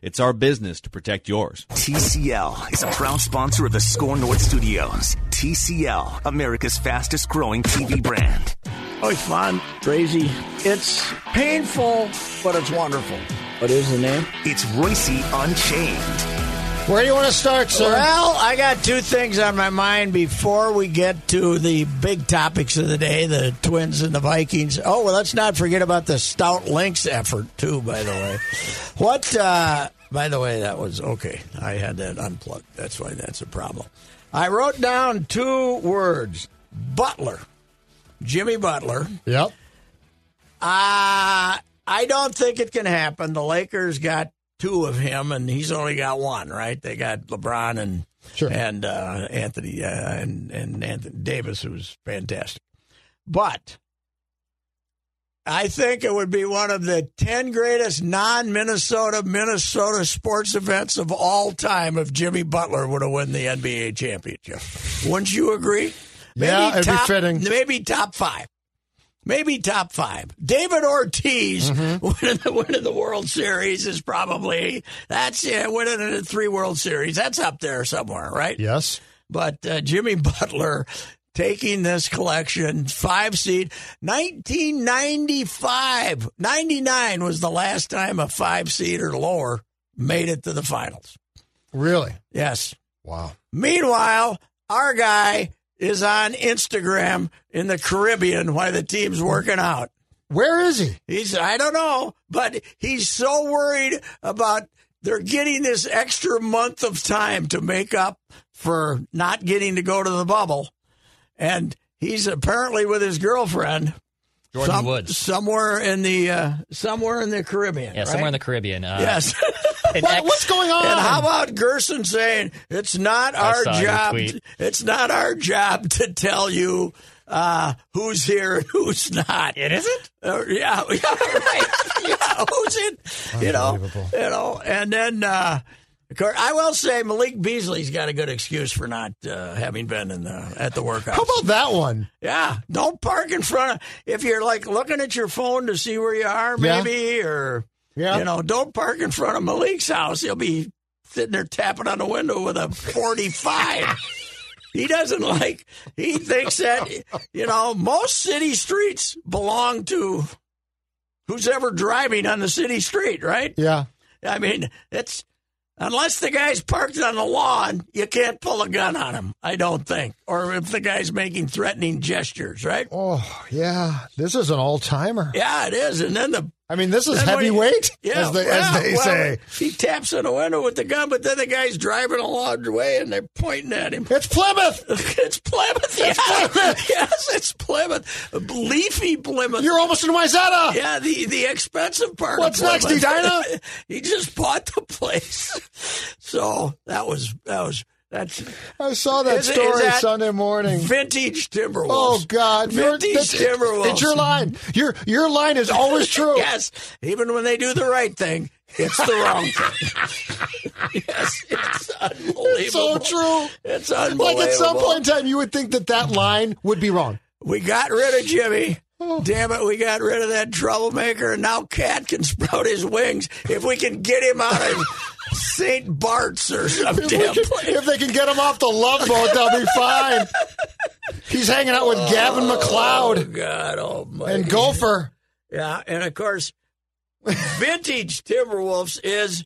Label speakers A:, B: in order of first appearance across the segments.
A: it's our business to protect yours.
B: TCL is a proud sponsor of the Score North Studios. TCL, America's fastest growing TV brand.
C: Oh, it's fun, crazy. It's painful, but it's wonderful. What is the name?
B: It's Royce Unchained.
C: Where do you want to start, sir? Well, I got two things on my mind before we get to the big topics of the day the Twins and the Vikings. Oh, well, let's not forget about the Stout Lynx effort, too, by the way. what, uh, by the way, that was okay. I had that unplugged. That's why that's a problem. I wrote down two words Butler, Jimmy Butler.
D: Yep.
C: Uh, I don't think it can happen. The Lakers got two of him, and he's only got one, right? They got LeBron and
D: Sure.
C: and uh, Anthony uh, and and Anthony Davis, who's fantastic. But I think it would be one of the ten greatest non-Minnesota Minnesota sports events of all time if Jimmy Butler were to win the NBA championship. Wouldn't you agree?
D: Yeah, it'd be
C: top-
D: fitting.
C: Maybe top five. Maybe top five. David Ortiz winning, the, winning the World Series is probably that's yeah, winning the three World Series. That's up there somewhere, right?
D: Yes.
C: But uh, Jimmy Butler taking this collection, five seed, 1995. 99 was the last time a five seed or lower made it to the finals.
D: Really?
C: Yes.
D: Wow.
C: Meanwhile, our guy is on Instagram in the Caribbean while the team's working out.
D: Where is he?
C: He's I don't know, but he's so worried about they're getting this extra month of time to make up for not getting to go to the bubble. And he's apparently with his girlfriend
E: Jordan
C: some-
E: Woods.
C: somewhere in the uh, somewhere in the Caribbean.
E: yeah, somewhere
C: right?
E: in the Caribbean. Uh,
C: Yes.
E: an
D: What,
E: ex-
D: what's going on?
C: And how about Gerson saying it's not our
E: saw your
C: job?
E: tweet.
C: It's not our job to tell you uh, who's here and who's not. It isn't. yeah, yeah, right. yeah, who's in? You know,
D: Unbelievable.
C: you know. And then, uh, of course, I will say Malik Beasley's got a good excuse for not uh, having been in the at the workout.
D: How about that one?
C: Yeah, don't park in front of if you're like looking at your phone to see where you are,
D: Yeah.
C: maybe, or
D: Yeah.
C: you know, don't park in front of Malik's house. He'll be sitting there tapping on the window with a forty-five. he doesn't like. He thinks that you know most city streets belong to who's ever driving on the city street, right?
D: Yeah.
C: I mean, it's unless the guy's parked on the lawn, you can't pull a gun on him. I don't think, or if the guy's making threatening gestures, right?
D: Oh, yeah. This is an all timer.
C: Yeah, it is. And then the
D: I mean, this is
C: then when he-
D: heavyweight,
C: yeah,
D: as they,
C: well,
D: as they
C: well,
D: say.
C: he taps on the window with the gun, but then the guy's driving a long way and they're pointing at him.
D: It's Plymouth.
C: it's Plymouth. Yes, yes, it's Plymouth. Leafy Plymouth.
D: You're almost in Wayzata.
C: Yeah, the, the expensive part. of
D: What's next,
C: Plymouth.
D: Edina?
C: he just bought the place, so that was that was that's
D: I saw that
C: Is it- is
D: story
C: that-
D: Sunday morning.
C: vintage Timberwolves.
D: Oh God! You're-
C: vintage
D: that's-
C: Timberwolves.
D: It's your line. Your your line is always true.
C: Yes, even when they do the right thing, it's the wrong thing. yes, it's unbelievable.
D: So true.
C: It's unbelievable.
D: Like at some point in time, you would think that that line would be wrong.
C: We got rid of Jimmy.
D: Oh.
C: Damn it, we got rid of that troublemaker, and now Cat can sprout his wings if we can get him out of St. Bart's or some
D: If, we
C: damn
D: can-
C: place.
D: if they can get him off the love boat, they'll be fine. He's hanging out with Gavin
C: Oh,
D: McLeod
C: God almighty.
D: and Gopher.
C: Yeah, and of course, vintage Timberwolves is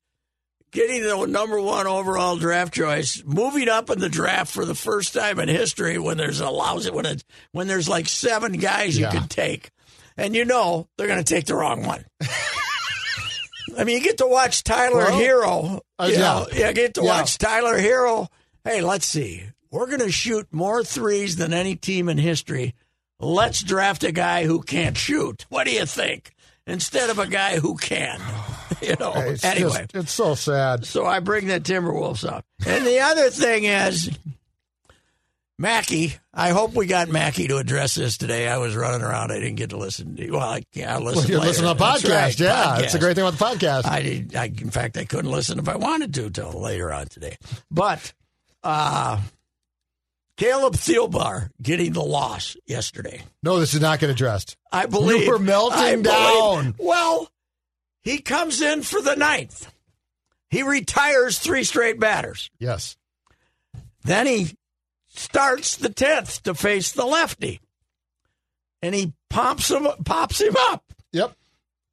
C: getting the number one overall draft choice, moving up in the draft for the first time in history when there's a lousy when it's when there's like seven guys you
D: Yeah.
C: could take, and you know they're going to take the wrong one. I mean, you get to watch Tyler
D: Well,
C: Hero.
D: uh,
C: you
D: yeah.
C: know, you get to
D: Yeah.
C: watch Tyler Hero. Hey, let's see. We're going to shoot more threes than any team in history. Let's draft a guy who can't shoot. What do you think? Instead of a guy who can. You know.
D: It's
C: anyway,
D: just- it's so sad.
C: so I bring the Timberwolves up. And the other thing is, Mackey, I hope we got Mackey to address this today. I was running around. I didn't get to listen. To, well, I, yeah, I listened
D: Well, you
C: later.
D: listen to the
C: That's
D: podcast.
C: right,
D: yeah, it's a
C: podcast.
D: great thing about the podcast.
C: I, did- I in fact I couldn't listen if I wanted to till later on today. But uh Caleb Thielbar getting the loss yesterday.
D: no, this did not get addressed.
C: I believe
D: were melting
C: I believe-
D: down.
C: well, he comes in for the ninth. He retires three straight batters.
D: Yes.
C: Then he starts the tenth to face the lefty, and he pops him pops him up
D: Yep.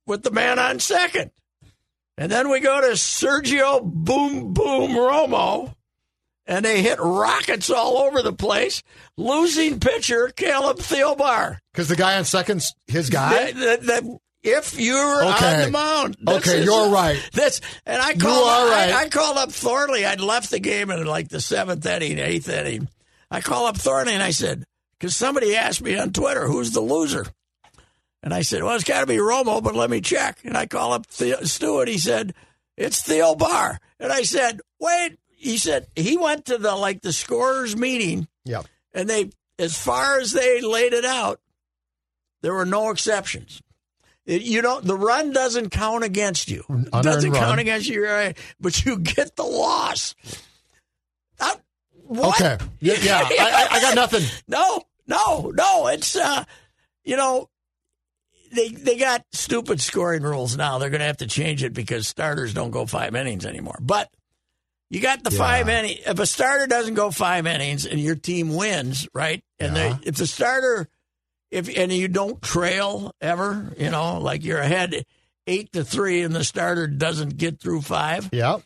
C: with the man on second. And then we go to Sergio Boom Boom Romo, and they hit rockets all over the place, losing pitcher Caleb Thielbar.
D: Because the guy on second's his guy.
C: That- that- that- if you're on
D: Okay.
C: the mound, this
D: Okay,
C: is-
D: you're right.
C: This and I called.
D: are
C: I-
D: right.
C: I, called up Thornley. I'd left the game in like the seventh inning, eighth inning. I call up Thornley and I said, because somebody asked me on Twitter, who's the loser? And I said, well, it's got to be Romo, but let me check. And I call up Theo, Stu and he said, it's Theo Barr. And I said, wait. He said he went to the like the scorers meeting
D: Yep.
C: and they, as far as they laid it out, there were no exceptions. It- you don't. The run doesn't count against you.
D: and
C: doesn't
D: run.
C: count against you, right? But you get the loss. I- what?
D: Okay. Yeah. yeah. I, I, I got nothing.
C: No, no, no. It's uh, you know, they they got stupid scoring rules now. They're going to have to change it because starters don't go five innings anymore. But you got the five inning. If a starter doesn't go five innings and your team wins, right? And
D: Yeah.
C: they, if the starter, if and you don't trail ever, you know, like you're ahead eight to three, and the starter doesn't get through five,
D: Yep.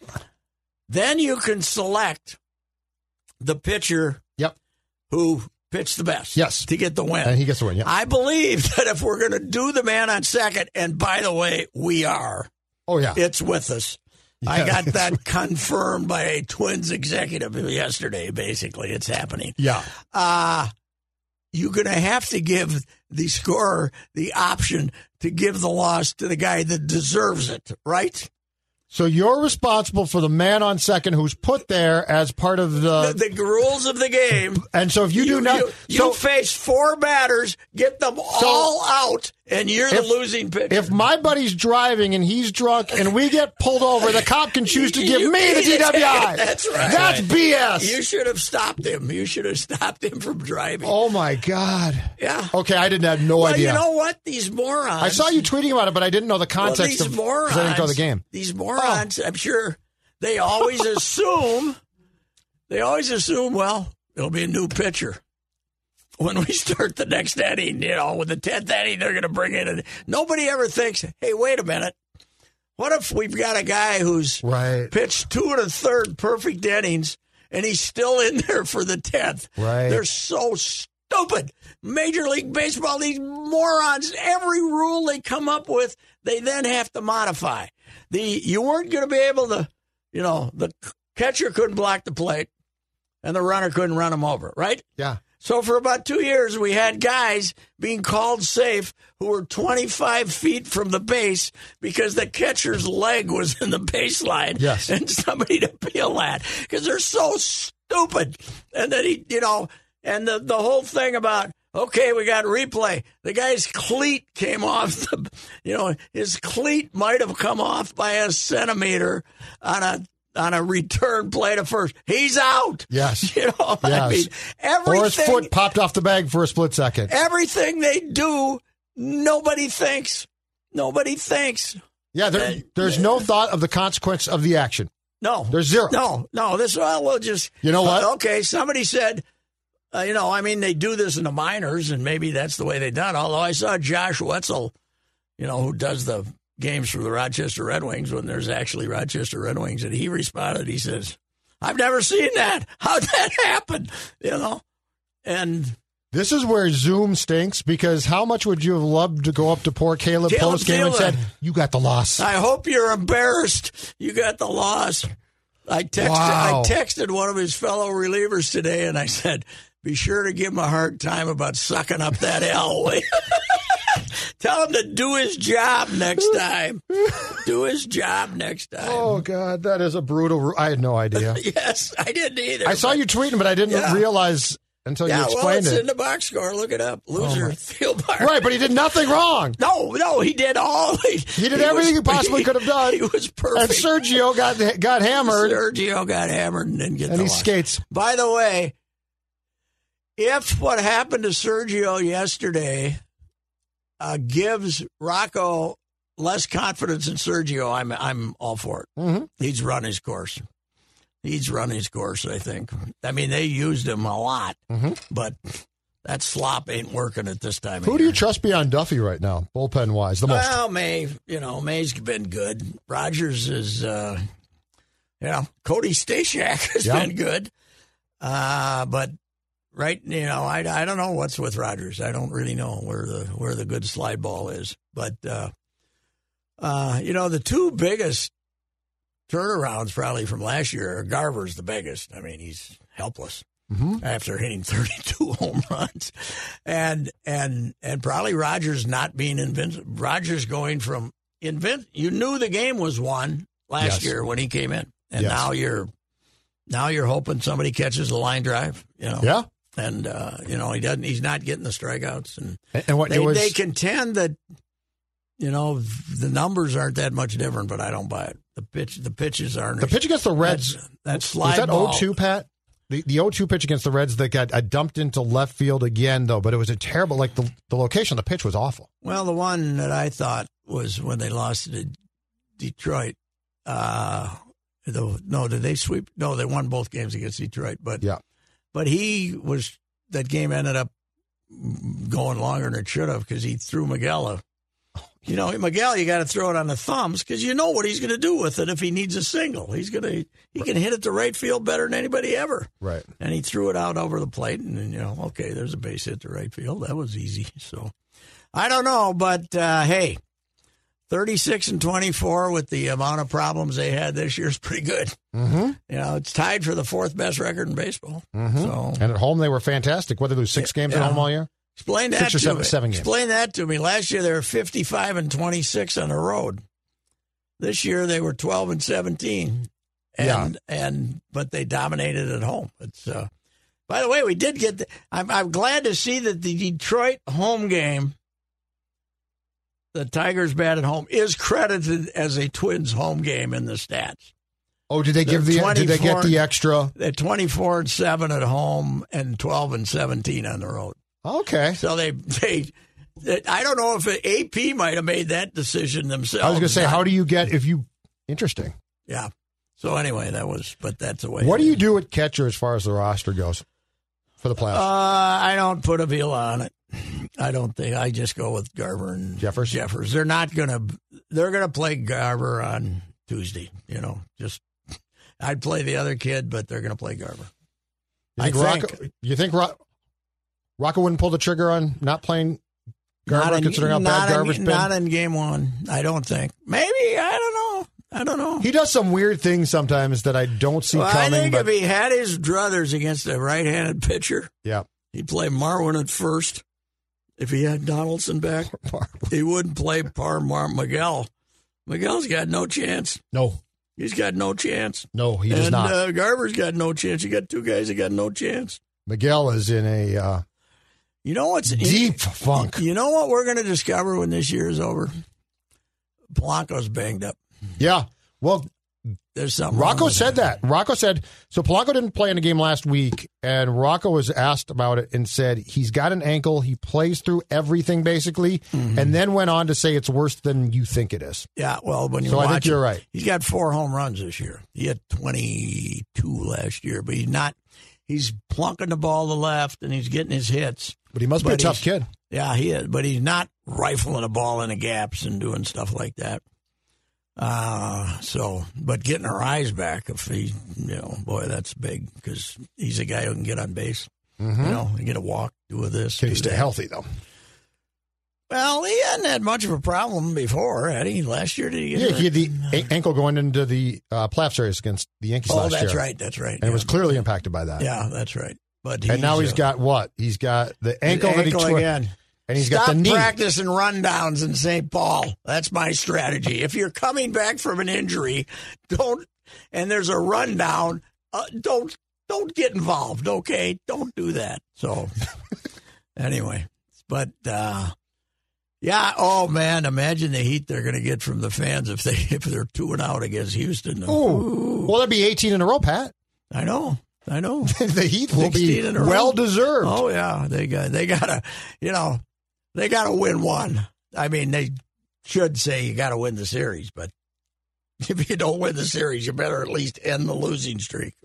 C: then you can select the pitcher
D: Yep.
C: who pitched the best.
D: Yes.
C: To get the win.
D: And he gets the win. Yep.
C: I believe that if we're going to do the man on second, and by the way, we are,
D: Oh yeah.
C: it's with us. I
D: Yeah,
C: got
D: it's
C: that confirmed by a Twins executive yesterday, basically. It's happening.
D: Yeah.
C: Uh, you're going to have to give the scorer the option to give the loss to the guy that deserves it, right?
D: So you're responsible for the man on second who's put there as part of the.
C: the, the rules of the game.
D: and so if you, do not,
C: you, you
D: so
C: face four batters, get them all out, and you're the
D: If-
C: losing pitcher.
D: if my buddy's driving and he's drunk and we get pulled over, the cop can choose to give
C: You-
D: me the DWI.
C: That's right.
D: That's BS.
C: you should have stopped him. You should have stopped him from driving.
D: oh my god.
C: yeah.
D: Okay, I didn't have no
C: well,
D: idea.
C: you know what? These morons.
D: I saw you tweeting about it, but I didn't know the
C: Well,
D: context
C: these
D: of 'cause
C: morons.
D: I didn't go to the game. Oh.
C: These morons. I'm sure they always assume. They always assume. Well, it'll be a new pitcher. When we start the next inning, you know, with the tenth inning, they're going to bring in. A, nobody ever thinks, "Hey, wait a minute. What if we've got a guy who's
D: Right.
C: pitched two and a third perfect innings, and he's still in there for the tenth.
D: Right.
C: They're so stupid. Major League Baseball, these morons. Every rule they come up with, they then have to modify. The you weren't going to be able to, you know, the catcher couldn't block the plate, and the runner couldn't run him over. Right.
D: Yeah.
C: So for about two years, we had guys being called safe who were 25 feet from the base because the catcher's leg was in the baseline.
D: Yes.
C: And somebody to peel that because they're so stupid. And then he, you know, and the, the whole thing about, okay, we got replay. The guy's cleat came off the, you know, his cleat might have come off by a centimeter on a, on a return play to first. He's out.
D: Yes.
C: You know, I
D: Yes.
C: mean, everything.
D: Or his foot popped off the bag for a split second.
C: everything they do, nobody thinks. Nobody thinks.
D: Yeah, there, there's no thought of the consequence of the action.
C: No,
D: There's zero.
C: No, no. This well, we'll just.
D: You know what?
C: Uh, okay, somebody said. Uh, you know, I mean, they do this in the minors, and maybe that's the way they done. Although I saw Josh Wetzel, you know, who does the games for the Rochester Red Wings when there's actually Rochester Red Wings, and he responded. He says, "I've never seen that. How'd that happen?" You know, and
D: This is where Zoom stinks because how much would you have loved to go up to poor Caleb, postgame
C: Caleb
D: post game and
C: Taylor.
D: said, "You got the loss."
C: I hope you're embarrassed. You got the loss. I texted
D: Wow.
C: I texted one of his fellow relievers today and I said, be sure to give him a hard time about sucking up that L. Tell him to do his job next time. Do his job next time.
D: Oh God, that is a brutal. ru- I had no idea.
C: Yes, I didn't either.
D: I saw you tweeting, but I didn't
C: Yeah.
D: realize until you
C: Yeah, well,
D: explained
C: it's
D: it. Oh,
C: in the box score. Look it up. Loser, field bar.
D: right, but he did nothing wrong.
C: No, no, he did all. He,
D: He did everything he possibly could have done.
C: He was perfect.
D: And Sergio got got hammered.
C: Sergio got hammered and didn't get
D: And
C: the
D: he
C: loss.
D: skates.
C: By the way, if what happened to Sergio yesterday uh, gives Rocco less confidence in Sergio, I'm I'm all for it.
D: Mm-hmm.
C: He's run his course. He's run his course. I think. I mean, they used him a lot,
D: Mm-hmm.
C: but that slop ain't working at this time. of
D: Who do
C: year.
D: you trust beyond Duffy right now, bullpen wise, the most?
C: Well, May, you know, May's been good. Rogers is, uh, you know, Cody Stashak has
D: Yeah.
C: been good. Uh, but right, you know, I, I don't know what's with Rogers. I don't really know where the where the good slide ball is. But uh, uh, you know, the two biggest turnarounds probably from last year. Garver's the biggest. I mean, he's helpless
D: Mm-hmm.
C: after hitting 32 home runs, and and and probably Rogers not being invincible. Rogers going from invent. You knew the game was won last
D: Yes.
C: year when he came in, and
D: Yes.
C: now you're now you're hoping somebody catches the line drive. You know,
D: yeah,
C: and uh, you know he doesn't. He's not getting the strikeouts, and
D: and, and what
C: they,
D: it was
C: they contend that you know the numbers aren't that much different, but I don't buy it. The pitch, the pitches aren't.
D: the pitch against the Reds.
C: That, that slide
D: was that
C: ball.
D: 0-2, Pat? The the 0-2 pitch against the Reds that got uh, dumped into left field again, though. But it was a terrible. Like the the location, of the pitch was awful.
C: Well, the one that I thought was when they lost to Detroit. Uh, the, no, did they sweep? No, they won both games against Detroit. But
D: Yeah.
C: but he was that game ended up going longer than it should have because he threw Miguel. A, you know, Miguel, you got to throw it on the thumbs because you know what he's going to do with it if he needs a single. He's going to he can hit it to right field better than anybody ever.
D: Right.
C: And he threw it out over the plate, and, you know, okay, there's a base hit to right field. That was easy. So I don't know, but uh, hey, 36 and 24 with the amount of problems they had this year is pretty good.
D: Mm-hmm.
C: You know, it's tied for the fourth best record in baseball.
D: Mhm.
C: So
D: And at home, they were fantastic. What did they lose? Six games
C: Yeah.
D: at home all year.
C: explain that
D: Six or
C: to
D: seven-
C: me.
D: seven games.
C: Explain that to me. Last year they were 55 and 26 on the road. This year they were 12 and 17. And and but they dominated at home. It's uh By the way, we did get the, I'm I'm glad to see that the Detroit home game the Tigers bat at home is credited as a Twins home game in the stats.
D: Oh, did they
C: They're
D: give the? Did they get
C: 24.
D: the extra?
C: They're 24 and 7 at home and 12 and 17 on the road.
D: Okay.
C: So they they. they- I don't know if AP might have made that decision themselves.
D: I was going to say, how do you get if you? Interesting.
C: Yeah. So anyway, that was, but that's the way.
D: What
C: it
D: do you
C: is.
D: do at catcher as far as the roster goes for the
C: Uh,
D: playoffs?
C: I don't put Avila on it. I don't think. I just go with Garver and
D: Jeffers?
C: Jeffers. They're not gonna. They're gonna play Garver on Tuesday. You know, just I'd play the other kid, but they're gonna play Garver.
D: you think,
C: I think-
D: Rocco, you think Ro- Rocco wouldn't pull the trigger on not playing Garver,
C: in-
D: considering how
C: not
D: bad
C: in-
D: Garver's been?
C: Not in game one. I don't think. Maybe I don't know. I don't know.
D: he does some weird things sometimes that I don't see
C: Well, I
D: coming.
C: think
D: but,
C: if he had his druthers against a right-handed pitcher,
D: yeah,
C: he'd play Marwin at first. If he had Donaldson back, he wouldn't play Par Mar Miguel. Miguel's got no chance.
D: no,
C: He's got no chance.
D: no, he does
C: and
D: not.
C: Uh, Garver's got no chance. You got two guys that got no chance.
D: Miguel is in a uh,
C: You know what's
D: deep funk.
C: You know what we're going to discover when this year is over? Polanco's banged up.
D: Yeah. Well,
C: There's something. wrong
D: Rocco
C: with
D: said that. Rocco said so. Polanco didn't play in a game last week, and Rocco was asked about it and said he's got an ankle. He plays through everything basically,
C: Mm-hmm.
D: and then went on to say it's worse than you think it is.
C: Yeah, well, when you
D: So I
C: watch
D: think
C: it,
D: you're right.
C: He's got four home runs this year. He had 22 last year, but he's not. He's plunking the ball to left, and he's getting his hits.
D: But he must be a
C: But
D: tough
C: he's-
D: kid.
C: Yeah, he is, but he's not rifling a ball in the gaps and doing stuff like that. Uh, so, but getting her eyes back, if he, you know, boy, that's big because he's a guy who can get on base. You know, and get a walk, do a this,
D: Mm-hmm. Can
C: do
D: he stay
C: that.
D: healthy though?
C: Well, he hadn't had much of a problem before, had he? Last year, did he? Get
D: Yeah,
C: hurt?
D: he had the a- ankle going into the uh, playoff series against the Yankees
C: Oh,
D: last
C: that's
D: year,
C: right, that's right.
D: and it was clearly impacted by that.
C: Yeah, that's right. But
D: and now he's
C: uh,
D: got what? He's got the
C: his
D: ankle, that he tore,
C: again.
D: and he's
C: Stop
D: got the knee.
C: practicing rundowns in St. Paul. That's my strategy. If you're coming back from an injury, don't. And there's a rundown. Uh, don't don't get involved. Okay, don't do that. So anyway, but uh, yeah. Oh man, imagine the heat they're going to get from the fans if they if they're two and out against Houston.
D: Oh. Ooh. Well, that'd be 18 in a row, Pat.
C: I know. I know.
D: the Heat will be
C: 16 in a row.
D: well deserved.
C: Oh yeah, they got they got to you know they got to win one. I mean, they should say you got to win the series, but if you don't win the series, you better at least end the losing streak.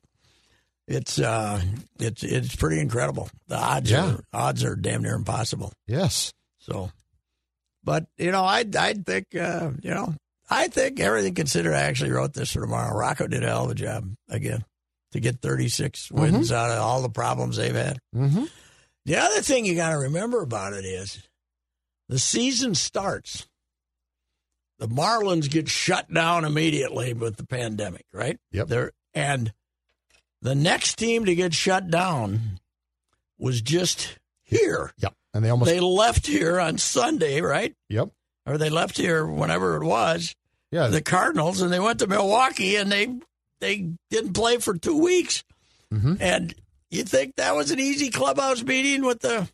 C: It's uh, it's it's pretty incredible. The odds
D: Yeah.
C: are odds are damn near impossible.
D: Yes.
C: So, but you know, I I think uh, you know I think everything considered. I actually wrote this for tomorrow. Rocco did a hell of a job again to get 36 wins out of all the problems they've had.
D: Mm-hmm.
C: The other thing you got to remember about it is the season starts. The Marlins get shut down immediately with the pandemic, right?
D: Yep.
C: They're, and the next team to get shut down was just here.
D: Yep. And they almost.
C: They left here on Sunday, right?
D: yep.
C: Or they left here whenever it was,
D: Yeah.
C: the Cardinals, and they went to Milwaukee and they they didn't play for two weeks.
D: Mhm.
C: And you think that was an easy clubhouse meeting with the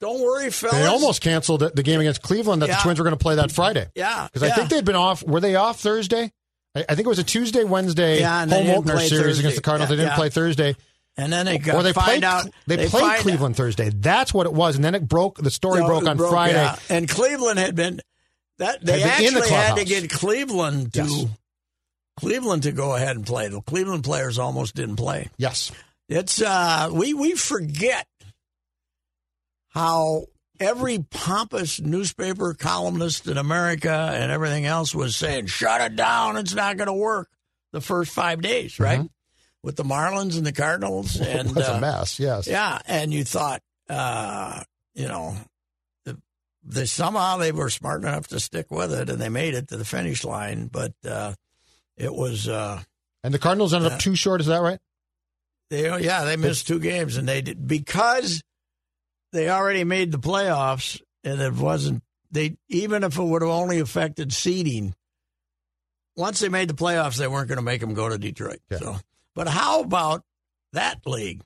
C: don't worry, fellas.
D: They almost canceled the- the game against Cleveland that
C: Yeah.
D: the Twins were going to play that Friday
C: yeah
D: because I think they'd been off. Were they off Thursday? I, I think it was a Tuesday, Wednesday
C: Yeah, and they
D: home
C: didn't
D: opener
C: play
D: series against
C: Thursday.
D: the Cardinals.
C: Yeah,
D: they didn't
C: yeah.
D: play Thursday,
C: and then they got
D: or they
C: find
D: played.
C: out
D: they, played
C: find-
D: Cleveland Thursday. That's what it was, and then it broke. The story
C: No,
D: broke
C: it
D: on Friday.
C: yeah. and Cleveland had been that they
D: Had been in the
C: actually had to
D: clubhouse.
C: get Cleveland to
D: Yes.
C: Cleveland to go ahead and play. The Cleveland players almost didn't play.
D: Yes,
C: It's uh we we forget how every pompous newspaper columnist in America and everything else was saying, shut it down, it's not gonna work the first five days, right? With the Marlins and the Cardinals and
D: Mm-hmm. it was
C: uh,
D: a mess. Yes,
C: yeah, and you thought, uh, you know, the, the, somehow they were smart enough to stick with it, and they made it to the finish line. But uh, it was, uh,
D: and the Cardinals ended
C: Yeah.
D: up too short. Is that right?
C: they yeah, they missed two games, and they did because they already made the playoffs, and it wasn't they even if it would have only affected seeding. Once they made the playoffs, they weren't going to make them go to Detroit.
D: Yeah.
C: So, but how about that league?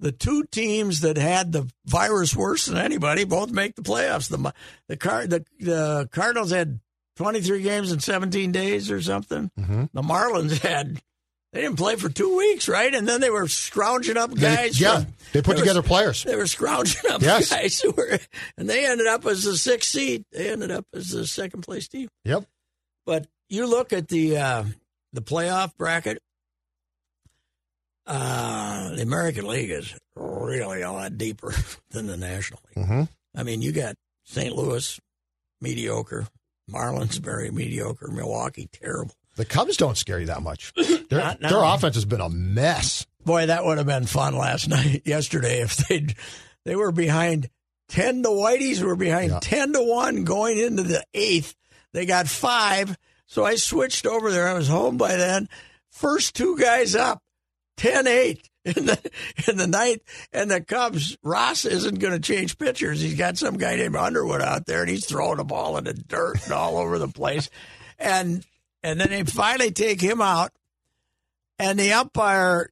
C: The two teams that had the virus worse than anybody both make the playoffs. The Mi- the Car- the, the Cardinals had 23 games in 17 days or something.
D: Mhm.
C: The Marlins had they didn't play for two weeks, right? And then they were scrounging up
D: They-
C: guys.
D: yeah,
C: from-
D: they put
C: there was-
D: together players.
C: They were scrounging up
D: Yes.
C: guys who were, and they ended up as the sixth seed. They ended up as the second place team.
D: Yep.
C: But you look at the uh, the playoff bracket. Uh, the American League is really a lot deeper than the National League.
D: Mm-hmm.
C: I mean, you got St. Louis, mediocre. Marlins, very mediocre. Milwaukee, terrible.
D: The Cubs don't scare you that much. Their,
C: Not now.
D: their offense has been a mess.
C: Boy, that would have been fun last night, yesterday, if they'd, they were behind 10 to Whiteys, were behind
D: Yeah.
C: 10 to 1 going into the eighth. They got five. So I switched over there. I was home by then. First two guys up, 10 8 in the, in the ninth. And the Cubs, Ross isn't going to change pitchers. He's got some guy named Underwood out there, and he's throwing the ball in the dirt and all over the place. And, and then they finally take him out. And the umpire,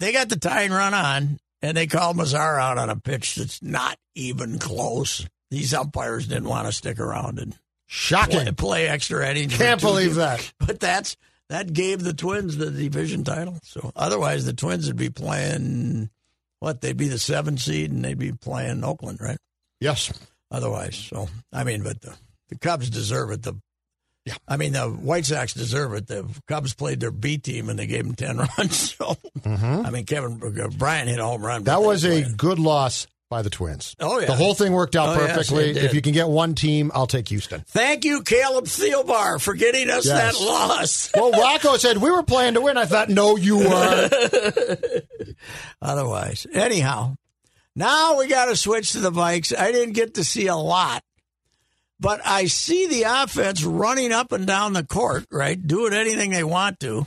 C: they got the tying run on, and they called Mazar out on a pitch that's not even close. These umpires didn't want to stick around and play,
D: Shocking.
C: play extra innings.
D: Can't
C: for two
D: believe
C: games.
D: that.
C: But that's that gave the Twins the division title. So otherwise, the Twins would be playing what? They'd be the seven seed, and they'd be playing Oakland, right?
D: Yes.
C: Otherwise, so I mean, but the, the Cubs deserve it. The yeah. I mean, the White Sox deserve it. The Cubs played their B team and they gave them ten runs. So I mean, Kevin uh, Bryan hit a home run.
D: Mm-hmm. That
C: but
D: was
C: they
D: a
C: played.
D: good loss by the Twins.
C: Oh, yeah.
D: The whole thing worked out
C: Oh, yes,
D: perfectly.
C: it did.
D: if you can get one team, I'll take Houston.
C: Thank you, Caleb Thielbar, for getting us
D: Yes.
C: that loss.
D: Well, Rocco said we were playing to win. I thought, no, you weren't.
C: Otherwise, anyhow, now we got to switch to the Vikes. I didn't get to see a lot, but I see the offense running up and down the court, right, doing anything they want to.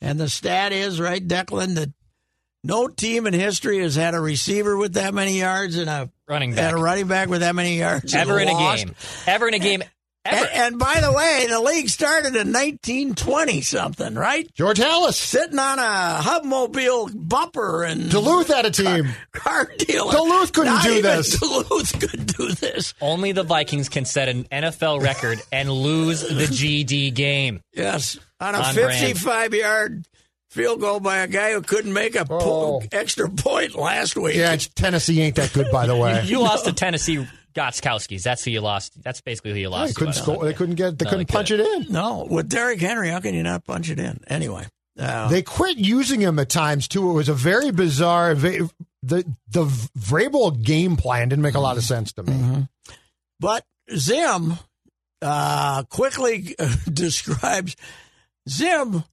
C: And the stat is right, Declan, that no team in history has had a receiver with that many yards and a
E: Running
C: and
E: back.
C: a running back with that many yards and
E: Ever in a
C: lost.
E: game. Ever in a game. Ever.
C: And, and by the way, the league started in 1920 something, right?
D: George Hallis,
C: Sitting on a hubmobile bumper and
D: Duluth had a team.
C: car dealer.
D: Duluth couldn't
C: Not
D: do
C: even
D: this.
C: Duluth could do this.
E: Only the Vikings can set an NFL record and lose the GD game.
C: Yes, on a
E: On brand.
C: 55 yard field goal by a guy who couldn't make a po-
D: Oh.
C: extra point last week.
D: Yeah, Tennessee ain't that good, by the way.
E: You lost to Tennessee Gotskowskis. That's who you lost. That's basically who you
D: They
E: lost.
D: couldn't
E: to.
D: score. They couldn't get. They
E: No, they
D: couldn't punch it in.
C: No, with Derrick Henry, how can you not punch it in? Anyway, uh,
D: They quit using him at times too. It was a very bizarre. va- The the Vrabel game plan didn't make a lot of sense to me.
C: but Zim uh, quickly describes Zim.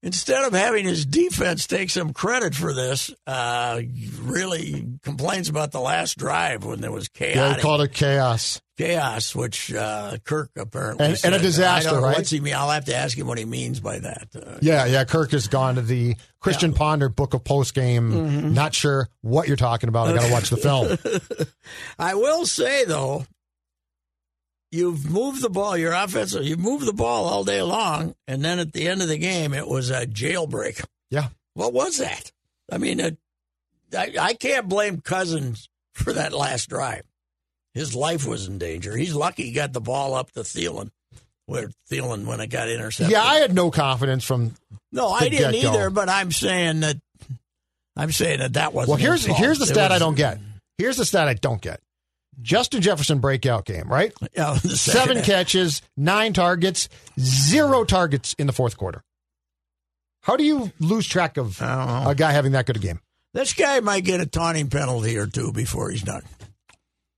C: Instead of having his defense take some credit for this, uh, really complains about the last drive when there was chaos.
D: Yeah, they called it chaos.
C: chaos, which uh, Kirk apparently
D: And- and a
C: said.
D: disaster,
C: I don't know
D: right?
C: What's he mean? I'll have to ask him what he means by that. Uh,
D: Yeah, yeah. Kirk has gone to the Christian Ponder book of post game. Not sure what you're talking about. I got to watch the film.
C: I will say though, you've moved the ball. Your offensive, you've moved the ball all day long, and then at the end of the game, it was a jailbreak.
D: Yeah.
C: What was that? I mean, it, I, I can't blame Cousins for that last drive. His life was in danger. He's lucky he got the ball up to Thielen. Where Thielen when it got intercepted.
D: Yeah, I had no confidence from
C: No, I
D: the
C: didn't
D: get-go.
C: either. But I'm saying that I'm saying that that wasn't.
D: Well, here's
C: his fault.
D: here's the
C: It
D: stat I
C: was-
D: don't get. Here's the stat I don't get. Justin Jefferson breakout game, right?
C: Yeah, the second
D: Seven
C: half.
D: catches, nine targets, zero targets in the fourth quarter. How do you lose track of
C: I don't know.
D: a guy having that good a game?
C: This guy might get a taunting penalty or two before he's done.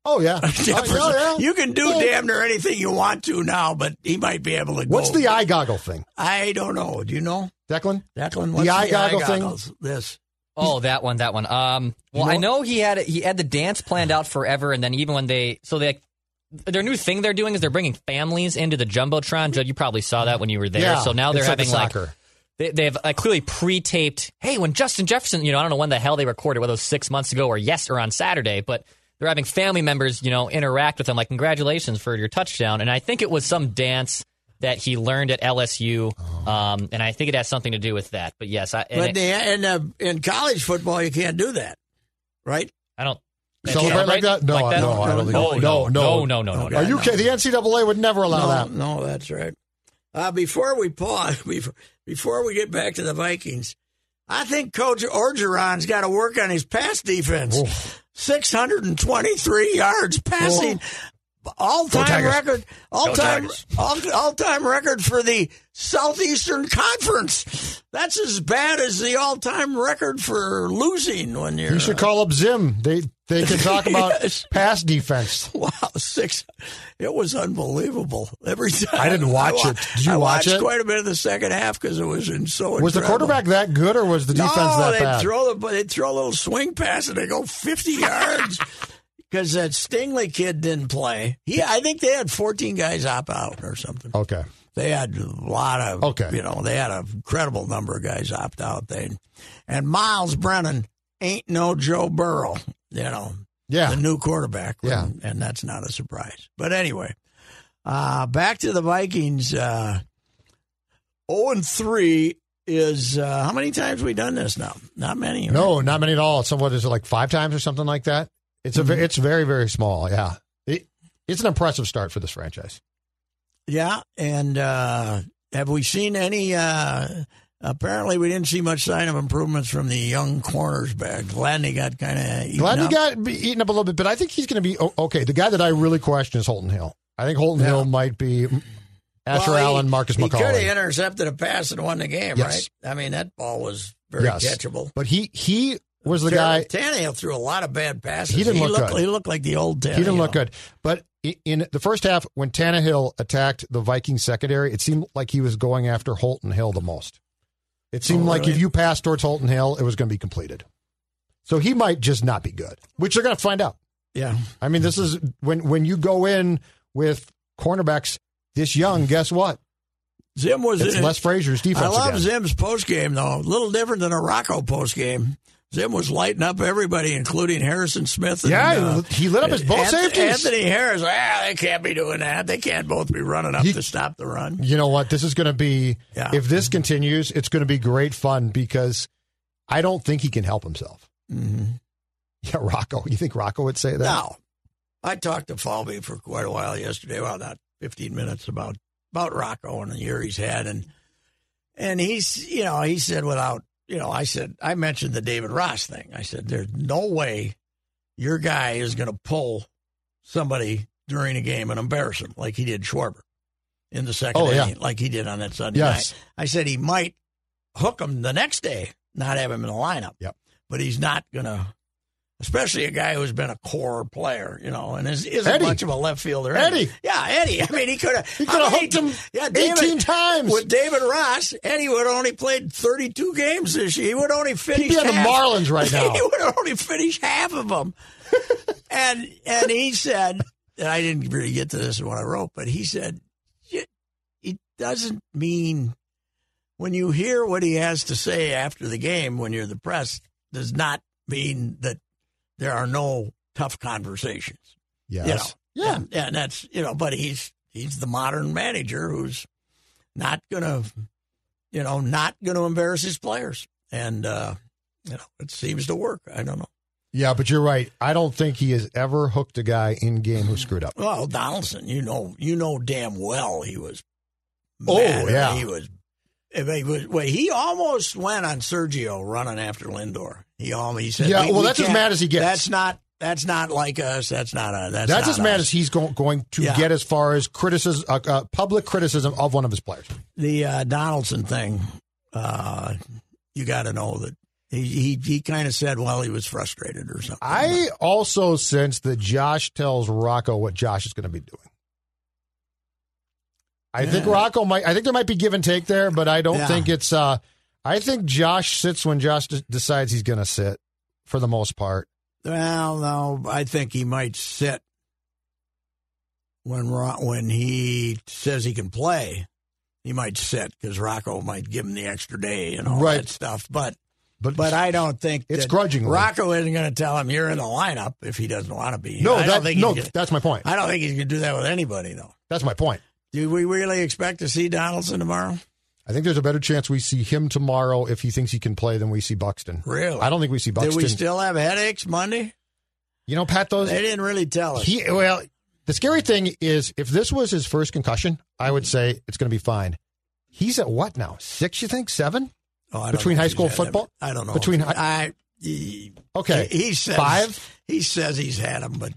D: Oh yeah,
C: Jefferson,
D: Oh, yeah.
C: You can do
D: Yeah.
C: damn near anything you want to now, but he might be able to.
D: What's
C: go.
D: the eye goggle thing,
C: I don't know. Do you know,
D: Declan?
C: Declan?
D: The
C: What's the
D: eye goggle thing?
C: goggles? This.
E: Oh, that one, that one. Um, well, I know he had he had the dance planned out forever, and then even when they so they their new thing they're doing is they're bringing families into the jumbotron. Judd, you probably saw that when you were there.
D: Yeah,
E: so now they're
D: it's like
E: having
D: the
E: like
D: soccer.
E: they, they've uh, clearly pre-taped. Hey, when Justin Jefferson, you know, I don't know when the hell they recorded, whether it was six months ago or yes or on Saturday, but they're having family members, you know, interact with him like congratulations for your touchdown. And I think it was some dance that he learned at LSU,
D: Oh.
E: um, and I think it has something to do with that. But yes, I, and
C: But
E: it-
C: they, in, uh, in college football, you can't do that, right?
E: I don't
D: Celebrate like that? No, no, I don't think-
E: Oh,
D: no,
E: no,
D: no.
E: no, no, no, no.
D: Are you kidding? The NCAA would never allow
C: no,
D: that.
C: No, that's right. Uh, before we pause, before, before we get back to the Vikings, I think Coach Orgeron's got to work on his pass defense. 623 yards passing. All time
D: Tigers.
C: record, all time,
E: Tigers.
C: all time record for the Southeastern Conference. That's as bad as the all time record for losing when you're.
D: You should call up Zim. They they can talk about
C: Yes.
D: pass defense.
C: Wow, six! It was unbelievable every time.
D: I didn't watch
C: wa-
D: it. Did you
C: I
D: watch
C: watched
D: it?
C: Quite a bit of the second half because it was in so.
D: Was the
C: incredible.
D: quarterback that good, or was the defense
C: no,
D: that
C: they'd
D: bad?
C: throw the but they'd throw a little swing pass and they go fifty yards because that Stingley kid didn't play. He, I think they had fourteen guys opt out or something.
D: okay.
C: They had a lot of
D: Okay.
C: You know, they had a incredible number of guys opt out. They and Miles Brennan ain't no Joe Burrow. You know,
D: Yeah.
C: the new quarterback.
D: Yeah.
C: And that's not a surprise. But anyway, uh, back to the Vikings. Uh, 0 and 3 is uh, how many times we done this now? Not many. right?
D: No, not many at all. So what is it like five times or something like that? It's a ve-
C: Mm-hmm.
D: it's very very small. Yeah, it, it's an impressive start for this franchise.
C: Yeah. And uh, Have we seen any? Uh, apparently, we didn't see much sign of improvements from the young corners back. Gladney got kind of
D: Glad he got be- eaten up a little bit, but I think he's going to be o- okay. The guy that I really question is Holton Hill. I think Holton Hill might be Asher Allen, Marcus
C: He could have
D: McCauley.
C: intercepted a pass and won the game,
D: Yes.
C: right? I mean, that ball was very catchable.
D: but he he was the guy.
C: Tannehill threw a lot of bad passes.
D: He didn't look
C: looked,
D: good.
C: He looked like the old Tannehill.
D: He didn't look good, but i- in the first half, when Tannehill attacked the Viking secondary, it seemed like he was going after Holton Hill the most. It seemed
C: Oh,
D: like
C: really?
D: if you passed towards Holton Hill, it was going to be completed. So he might just not be good, which they're going to find out.
C: Yeah,
D: I mean, this is when when you go in with cornerbacks this young. Guess what?
C: Zim was
D: It's
C: in it.
D: Les Frazier's defense.
C: I love
D: again.
C: Zim's post game though. A little different than a Rocco post game. Zim was lighting up everybody, including Harrison Smith. And,
D: Yeah, he
C: uh,
D: li- he lit up his both
C: Anth-
D: safeties.
C: Anthony Harris. Ah, they can't be doing that. They can't both be running up
D: He-
C: to stop the run.
D: You know what? This is going to be.
C: Yeah.
D: If this continues, it's going to be great fun because I don't think he can help himself.
C: Mm-hmm.
D: Yeah, Rocco. You think Rocco would say that?
C: Now, I talked to Falvey for quite a while yesterday. Well, not 15 minutes about about Rocco and the year he's had, and and he's you know he said without you know I said I mentioned the David Ross thing. I said there's no way your guy is going to pull somebody during a game and embarrass him like he did Schwarber in the second
D: Oh, yeah.
C: inning, like he did on that Sunday
D: Yes.
C: night. I said he might hook him the next day, not have him in the lineup.
D: Yep.
C: But he's not going to, especially a guy who's been a core player, you know, and is, isn't
D: Eddie.
C: much of a left fielder.
D: Eddie.
C: Yeah, Eddie. I mean, he could have.
D: He could have hooked him 18 times.
C: With David Ross, Eddie would have only played 32 games this year. He would only finish.
D: on the
C: half-
D: Marlins right now.
C: he would have only finished half of them. and, and he said, and I didn't really get to this in what I wrote, but he said, "Y- it doesn't mean when you hear what he has to say after the game when you're the press does not mean that there are no tough conversations.
D: Yes.
C: You know,
D: Yeah.
C: and, and that's you know, but he's he's the modern manager who's not gonna, you know, not gonna embarrass his players, and uh, you know, it seems to work. I don't know.
D: Yeah, but you're right. I don't think he has ever hooked a guy in game who screwed up.
C: Well, Donaldson, you know, you know damn well he was.
D: Oh,
C: mad.
D: yeah.
C: he was. I mean, he was well, he almost went on Sergio running after Lindor. He almost he said,
D: Yeah,
C: we-
D: well,
C: we
D: that's as
C: can't-
D: mad as he gets.
C: That's not. That's not like us. That's not a. That's,
D: That's,
C: not
D: as mad
C: us.
D: as he's go- going to
C: Yeah.
D: get as far as criticism, uh, uh, public criticism of one of his players.
C: the uh, Donaldson thing, uh, you got to know that he he, he kind of said, well, he was frustrated or something.
D: I also sense that Josh tells Rocco what Josh is going to be doing. I think
C: Yeah.
D: Rocco might. I think there might be give and take there, but I don't
C: Yeah.
D: think it's. uh I think Josh sits when Josh de- decides he's going to sit, for the most part.
C: well, no, I think he might sit when Ro- when he says he can play. He might sit because Rocco might give him the extra day and all
D: Right.
C: that stuff. But
D: But
C: but I don't think
D: It's
C: that
D: grudgingly.
C: Rocco isn't going to tell him you're in the lineup if he doesn't want to be.
D: no,
C: I
D: that,
C: don't think he's
D: no,
C: gonna-
D: that's my point.
C: I don't think he's going to do that with anybody though.
D: That's my point.
C: Do we really expect to see Donaldson tomorrow?
D: I think there's a better chance we see him tomorrow if he thinks he can play than we see Buxton.
C: Really?
D: I don't think we see
C: Did
D: Buxton.
C: we still have headaches Monday?
D: you know, Pat, those
C: They didn't really tell us.
D: He well, the scary thing is if this was his first concussion, I would say it's going to be fine. He's at what now? Six? You think seven?
C: Oh, I don't
D: between
C: know
D: high
C: if
D: school
C: he's had
D: football?
C: them. I don't know.
D: Between high-
C: I, he,
D: Okay,
C: he, he says
D: five.
C: He says he's had them, but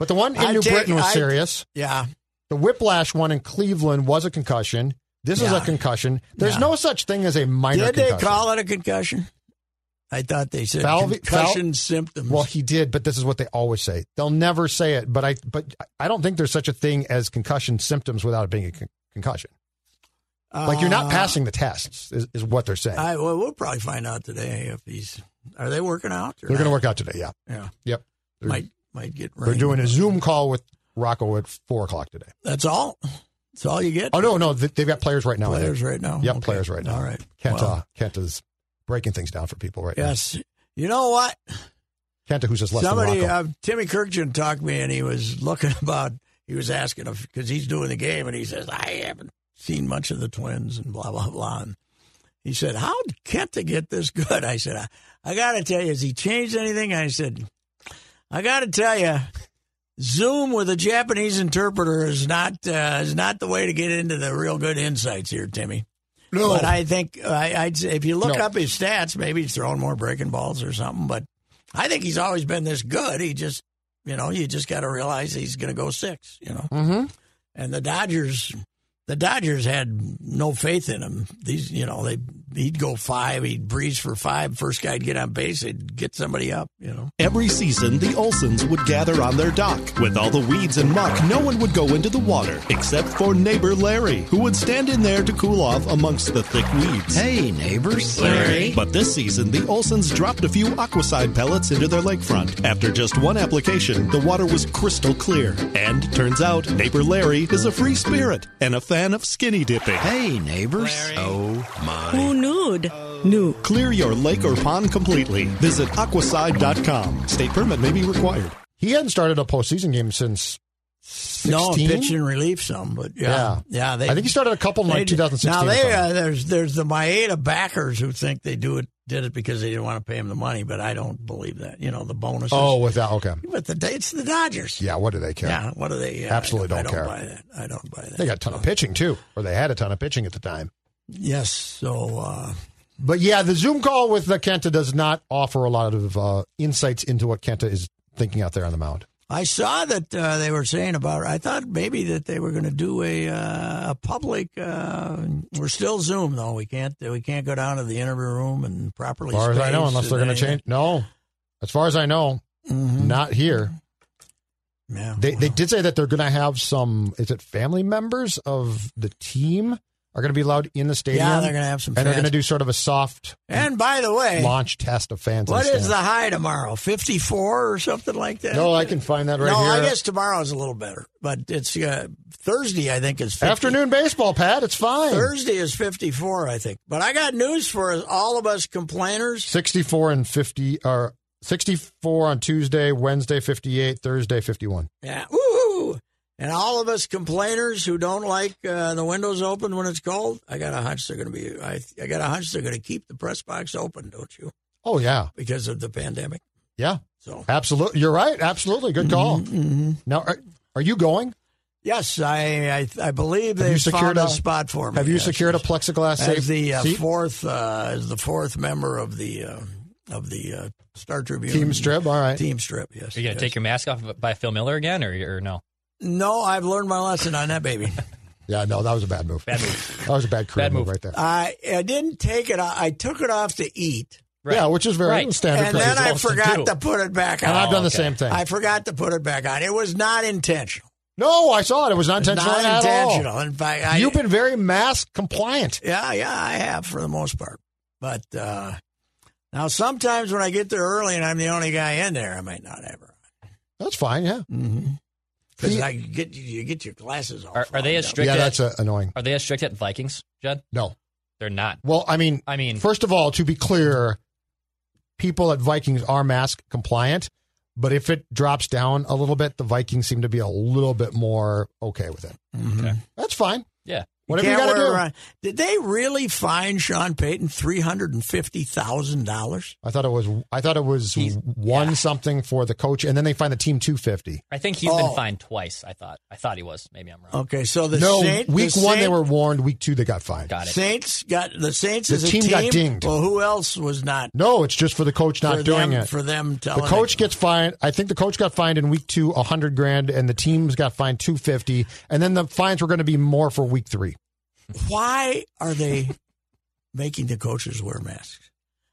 D: But the one in
C: I
D: New
C: take-
D: Britain was
C: I-
D: serious.
C: yeah,
D: The whiplash one in Cleveland was a concussion. This is a
C: Yeah.
D: concussion. There's
C: Yeah.
D: no such thing as a minor.
C: did they
D: concussion.
C: call it a concussion? I thought they said
D: Falvey-
C: concussion
D: Fal-
C: symptoms.
D: Well, he did, but this is what they always say. They'll never say it, but I but I don't think there's such a thing as concussion symptoms without it being a con- concussion. Like you're not
C: Uh,
D: passing the tests is, is what they're saying.
C: I, well, we'll probably find out today if he's. Are they working out? Or
D: they're going to
C: not?
D: work out today. Yeah.
C: Yeah,
D: Yep. They're-
C: might might get.
D: They're
C: rained.
D: doing a Zoom call with Rocco at four o'clock today.
C: That's all. That's all you get.
D: Oh no, no, th- they've got players right now. I think.
C: players right now.
D: Yep,
C: Okay.
D: players right now.
C: All right,
D: Kenta,
C: Well,
D: Kenta's breaking things down for people right
C: yes. You know what?
D: now. Kenta, who's just less
C: Somebody,
D: than Rocco.
C: uh, Timmy Kirkjian talked to me, and he was looking about. He was asking if because he's doing the game, and he says, "I haven't seen much of the Twins," and blah blah blah. And he said, "How would Kenta get this good?" I said, "I, I got to tell you, has he changed anything?" I said, "I got to tell you, Zoom with a Japanese interpreter is not uh, is not the way to get into the real good insights here, Timmy.
D: No.
C: but I think I, I'd say if you look
D: No.
C: up his stats, maybe he's throwing more breaking balls or something. But I think he's always been this good. He just, you know, you just got to realize he's going to go six. You know,
D: Mhm.
C: and the Dodgers, the Dodgers had no faith in him. These, you know, they he'd go five, he'd breeze for five. First guy'd get on base, he'd get somebody up. You know.
F: Every season, the Olsons would gather on their dock. With all the weeds and muck, no one would go into the water except for neighbor Larry, who would stand in there to cool off amongst the thick weeds.
G: Hey, neighbors.
F: But this season, the Olsons dropped a few Aquaside pellets into their lakefront. After just one application, the water was crystal clear. And turns out, neighbor Larry is a free spirit and a fan of skinny dipping.
G: Hey, neighbors. Oh, my.
H: nude? Nude.
F: Clear your lake or pond completely. Visit aquaside.com. State permit may be required.
D: He hadn't started a postseason game since 16?
C: No, pitch and relief some, but yeah, yeah. they,
D: I think he started a couple in like
C: they-
D: 2016.
C: Now
D: or
C: they
D: something.
C: uh, there's there's the Maeda backers who think they do it did it because they didn't want to pay him the money, but I don't believe that. You know the bonuses.
D: oh, with that, okay.
C: but the it's the Dodgers.
D: Yeah, what do they care?
C: Yeah, what are they? Yeah,
D: Absolutely
C: I
D: don't
C: I
D: care.
C: buy that. I don't buy that.
D: They got a ton of pitching too, or they had a ton of pitching at the time.
C: yes. So uh,
D: But yeah, the Zoom call with the Kenta does not offer a lot of uh, insights into what Kenta is thinking out there on the mound.
C: I saw that uh, they were saying about. I thought maybe that they were going to do a uh, a public. Uh, we're still Zoom though. We can't we can't go down to the interview room and
D: As
C: properly.
D: far as I know,
C: space
D: unless they're
C: and
D: going to change.
C: anything.
D: No, as far as I know,
C: Mm-hmm.
D: not here.
C: Yeah,
D: They they
C: well.
D: did say that they're going to have some. Is it family members of the team are going to be allowed in the stadium?
C: Yeah, they're going to have some.
D: and they're
C: fans.
D: going to do sort of a soft
C: And by the way,
D: launch test of fans.
C: what
D: in
C: is the high tomorrow? Fifty-four or something like that.
D: stands. No, I can find that right
C: no,
D: here.
C: I guess tomorrow's a little better, but it's uh, Thursday. I think is 50.
D: Afternoon baseball, Pat. It's fine.
C: Thursday is fifty-four, I think. But I got news for all of us complainers.
D: 64 and 50 or 64 on Tuesday, Wednesday 58, Thursday 51.
C: Yeah, woo! And all of us complainers who don't like uh, the windows open when it's cold. I got a hunch they're going to be. I, I got a hunch they're going to keep the press box open, don't you?
D: Oh yeah.
C: Because of the pandemic.
D: Yeah.
C: So Mm-hmm,
D: Absolutely. You're right. Absolutely. Good call. Now are, are you going?
C: yes, I I, I believe
D: Have you
C: they
D: secured
C: found a,
D: a-
C: spot for me.
D: Have you
C: yes,
D: secured a plexiglass safe
C: as the uh,
D: seat?
C: fourth uh, as the fourth member of the uh, of the uh, Star Tribune
D: team strip? All right.
C: Team strip, yes.
E: Are you going
C: yes.
E: to take your mask off by Phil Miller again or, or no?
C: no, I've learned my lesson on that baby.
D: Yeah, no, that was a bad move.
E: Bad move.
D: That was a bad career
E: Bad
D: move.
E: move.
D: right there.
C: I I didn't take it. I I took it off to eat,
E: Right.
D: Yeah, which is very
E: Right.
D: standard.
C: and then
D: procedure.
C: I
E: supposed to
C: forgot
E: do.
C: to put it back on.
D: And I've done the
E: okay.
D: same thing.
C: I forgot to put it back on. It was not intentional.
D: no, I saw it. It was not
C: Not
D: intentional at
C: intentional.
D: all.
C: In fact, I,
D: You've been very mask compliant.
C: Yeah, yeah, I have for the most part. But uh, now sometimes when I get there early and I'm the only guy in there, I might not have her.
D: That's fine. Yeah.
C: Because
D: He-
C: I get you get your glasses off.
E: Are- are they
C: on,
E: as
C: don't
E: strict
D: yeah,
E: at-
D: that's uh, annoying.
E: Are they as strict at Vikings, Judd?
D: No.
E: They're not.
D: Well, I mean,
E: I mean-
D: first of all, to be clear, people at Vikings are mask compliant, but if it drops down a little bit, the Vikings seem to be a little bit more okay with it. That's fine.
E: Yeah.
D: Whatever you
C: Can't
D: got to
C: wear
D: do.
C: around- Did they really fine Sean Payton three hundred and fifty thousand dollars?
D: I thought it was. I thought it was one something for the coach, and then they find the team two fifty.
E: I think he's
C: Oh.
E: been fined twice. I thought. I thought he was. Maybe I'm wrong.
C: Okay, so the
D: No,
C: Saint-
D: week
C: the
D: one they
C: Saint-
D: were warned. Week two they got fined.
E: Got it.
C: Saints got the Saints
D: The
C: as a
D: team got dinged.
C: Well, who else was not
D: No, it's just for the coach not
C: for
D: doing
C: them,
D: it.
C: for them?
D: the
C: Telling
D: coach
C: them-
D: gets fined. I think the coach got fined in week two, a hundred grand, and the teams got fined two fifty. And then the fines were going to be more for week three.
C: Why are they making the coaches wear masks?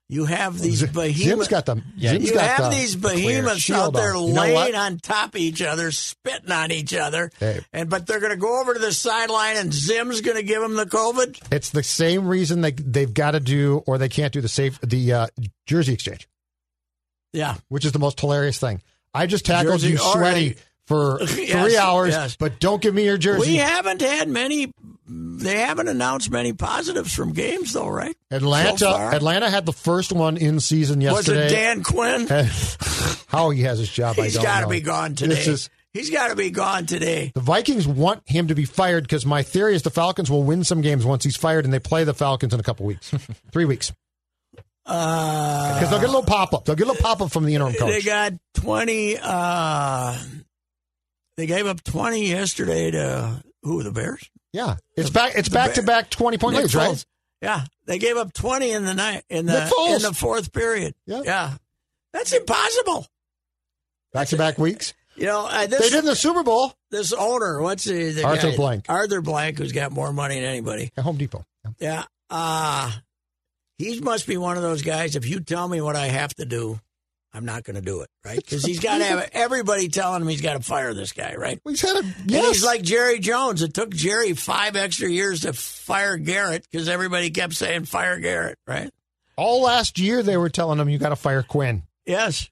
C: You have these
D: Z- Zim's
C: behemoth.
D: got the
E: Yeah,
D: Zim's
C: you
D: got
C: have
D: the
C: these
D: clear
C: behemoths out
D: shield
C: there
D: on. You know
C: laying
D: what?
C: on top of each other, spitting on each other,
D: Hey.
C: and but they're going to go over to the sideline and Zim's going to give them the COVID.
D: It's the same reason they they've got to do or they can't do the safe the uh, jersey exchange,
C: Yeah,
D: which is the most hilarious thing. I just tackled
C: Jersey-
D: you
C: all
D: sweaty
C: right.
D: for
C: Yes,
D: three hours,
C: yes.
D: but don't give me your jersey.
C: We haven't had many. They haven't announced many positives from games, though, right?
D: Atlanta
C: So far.
D: Atlanta had the first one in season
C: Was it
D: yesterday.
C: Dan Quinn?
D: How he has his job, I
C: He's
D: don't
C: got to
D: know.
C: be gone
D: This
C: today.
D: is-
C: He's got to be gone today.
D: The Vikings want him to be fired because my theory is the Falcons will win some games once he's fired, and they play the Falcons in a couple weeks, three weeks, because
C: Uh,
D: they'll get a little pop up. They'll get a little pop up from the interim coach.
C: they got twenty. Uh, They gave up 20 yesterday to who? The Bears?
D: Yeah, it's back. It's back to back twenty point
C: Nick
D: leads, right?
C: Foles. Yeah, they gave up 20 in the night in
D: Nick
C: the
D: Foles.
C: in the fourth period.
D: Yeah.
C: Yeah. That's impossible.
D: Back to back weeks.
C: You know, uh,
D: They
C: this
D: did in the Super Bowl
C: this owner, what's the, the
D: Arthur
C: guy?
D: Blank.
C: Arthur Blank, who's got more money than anybody.
D: at Home Depot. Yeah.
C: Yeah. Uh he must be one of those guys. If you tell me what I have to do, I'm not going to do it, right? Because he's got to have everybody telling him he's got to fire this guy, right?
D: We've had a
C: And
D: yes.
C: he's like Jerry Jones. It took Jerry five extra years to fire Garrett because everybody kept saying fire Garrett, right?
D: all last year they were telling him you got to fire Quinn.
C: Yes.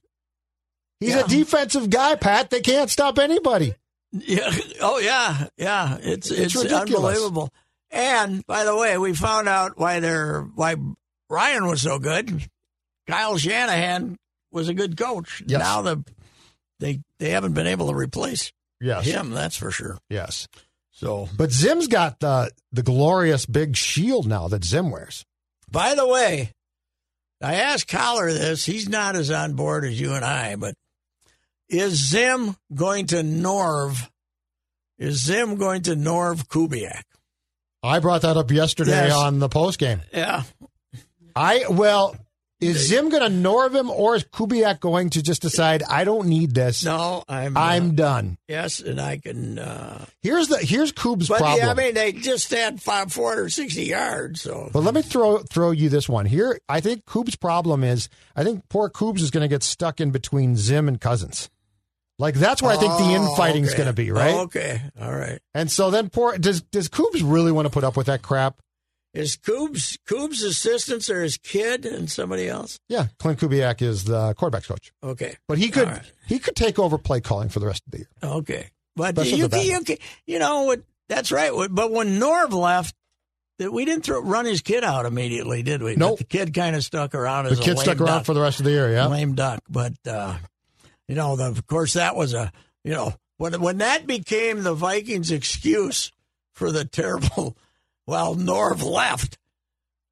D: He's
C: Yeah.
D: a defensive guy, Pat. They can't stop anybody.
C: Yeah. Oh yeah. Yeah. It's it's,
D: It's ridiculous.
C: unbelievable. And by the way, we found out why they're why Ryan was so good. Kyle Shanahan was a good coach.
D: Yes.
C: Now the they they haven't been able to replace
D: Yes,
C: him, that's for sure.
D: yes.
C: So
D: But Zim's got the the glorious big shield now that Zim wears.
C: by the way, I asked Collar this. He's not as on board as you and I, but is Zim going to Norv? Is Zim going to Norv Kubiak?
D: I brought that up yesterday
C: Yes.
D: on the post game.
C: Yeah.
D: I well, is Zim going to norv him, or is Kubiak going to just decide I don't need this?
C: No, I'm uh,
D: I'm done.
C: Yes, and I can. Uh,
D: Here's the here's Kub's
C: but
D: problem.
C: yeah, I mean, they just had five, 460 yards. So
D: But let me throw throw you this one here. I think Coop's problem is I think poor Coops is going to get stuck in between Zim and Cousins. Like that's where I think the
C: Oh,
D: infighting's
C: okay.
D: going to be, right?
C: Oh, okay, all right.
D: And so then poor does does Coops really want to put up with that crap?
C: Is Coob's Coob's assistants or his kid and somebody else?
D: Yeah, Clint Kubiak is the quarterbacks coach,
C: Okay,
D: but he could
C: All right.
D: he could take over play calling for the rest of the year.
C: okay. But
D: Especially
C: you,
D: the
C: you,
D: back.
C: you, can- you know what? That's right. What- But when Norv left, that we didn't throw, run his kid out immediately, did we? But
D: Nope.
C: The kid kind of stuck around.
D: The
C: As
D: kid
C: a
D: stuck
C: lame
D: around
C: duck.
D: for the rest of the year. Yeah,
C: lame duck. But uh, you know, the, of course, that was a you know when when that became the Vikings' excuse for the terrible. Well, Norv left.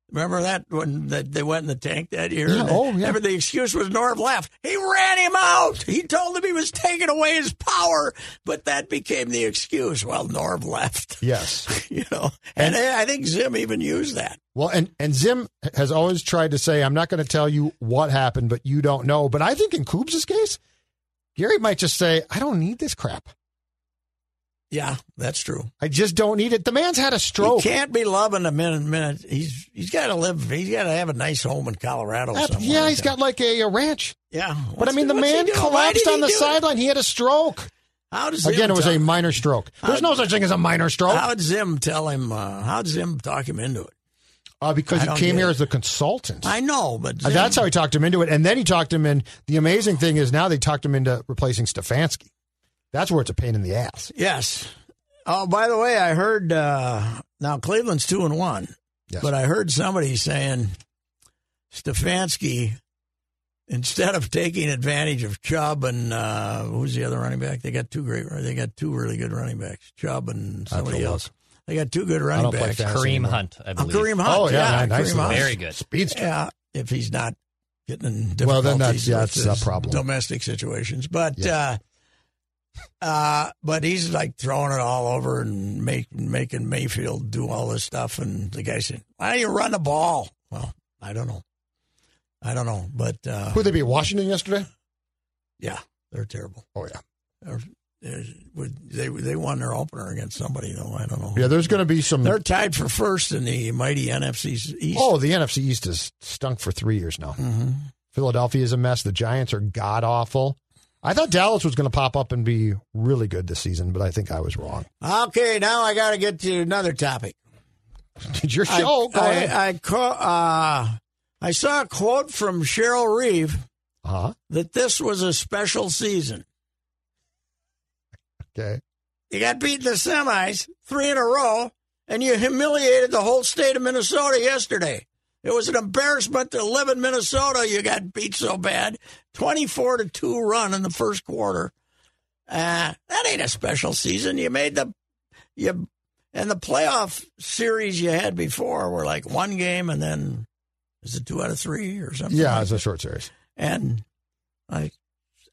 C: Remember that when that they went in the tank that year?
D: Yeah,
C: And
D: oh, yeah.
C: Remember the excuse was Norv left. He ran him out. He told him he was taking away his power, but that became the excuse. Well, Norv left.
D: yes.
C: You know, and, I I think Zim even used that.
D: Well, and and Zim has always tried to say, "I'm not going to tell you what happened, but you don't know." But I think in Coops' case, Gary might just say, "I don't need this crap.
C: Yeah, that's true.
D: I just don't need it." The man's had a stroke.
C: He can't be loving a minute. Minute. He's he's got to live. He's got to have a nice home in Colorado
D: Uh,
C: somewhere.
D: yeah, he's got like a, a ranch.
C: Yeah,
D: but I mean, the man collapsed on the
C: side.
D: sideline. He had a stroke.
C: How does
D: Again,
C: Zim
D: it was
C: tell-
D: a minor stroke. There's no such thing as a minor stroke
C: How'd Zim tell him? Uh, how'd Zim talk him into it?
D: uh, because
C: I
D: he
C: don't
D: came
C: get
D: here
C: it.
D: as a consultant.
C: I know, but
D: Uh,
C: Zim,
D: That's how he talked him into it, and then he talked him in. The amazing thing is now they talked him into replacing Stefanski. That's where it's a pain in the ass.
C: Yes. Oh, by the way, I heard uh, now Cleveland's two and one,
D: Yes.
C: but I heard somebody saying Stefanski, instead of taking advantage of Chubb and uh, who's the other running back? They got two great. They got two really good running backs, Chubb and
D: I'll have to
C: somebody
D: look.
C: else. They got two good
D: I
C: running
D: don't play
C: backs.
D: fantasy
E: Kareem
D: anymore.
E: Hunt, I
C: Uh,
E: believe.
C: Kareem Hunt.
D: Oh, yeah,
C: yeah,
D: nice
C: Kareem
D: little-
C: Hunt.
E: Very good.
D: Speedster.
C: Yeah, if he's not getting in difficulties
D: Well, then that's- yeah,
C: with
D: that's a
C: his
D: problem.
C: Domestic situations, but
D: Yeah.
C: uh, uh, but he's like throwing it all over and make, making Mayfield do all this stuff, and the guy said, "Why don't you run the ball?" Well, I don't know, I don't know, but uh,
D: Who'd they be? Washington yesterday?
C: yeah, they're terrible.
D: Oh yeah,
C: They're, they're, they they won their opener against somebody though. I don't know.
D: yeah. There's going to be some.
C: They're tied for first in the mighty NFC's East.
D: Oh, the NFC East has stunk for three years now.
C: Mhm.
D: Philadelphia is a mess. The Giants are god awful. I thought Dallas was going to pop up and be really good this season, but I think I was wrong.
C: Okay, now I got to get to another topic.
D: Did your
C: I,
D: show? go ahead.
C: I, I, co- uh, I saw a quote from Cheryl Reeve
D: huh?
C: that this was a special season.
D: Okay.
C: You got beat in the semis three in a row, and you humiliated the whole state of Minnesota yesterday. It was an embarrassment to live in Minnesota. You got beat so bad, twenty-four to two run in the first quarter. Uh, that ain't a special season. You made the you and the playoff series you had before were like one game, and then is it two out of three or something?
D: Yeah, it's a short series.
C: And I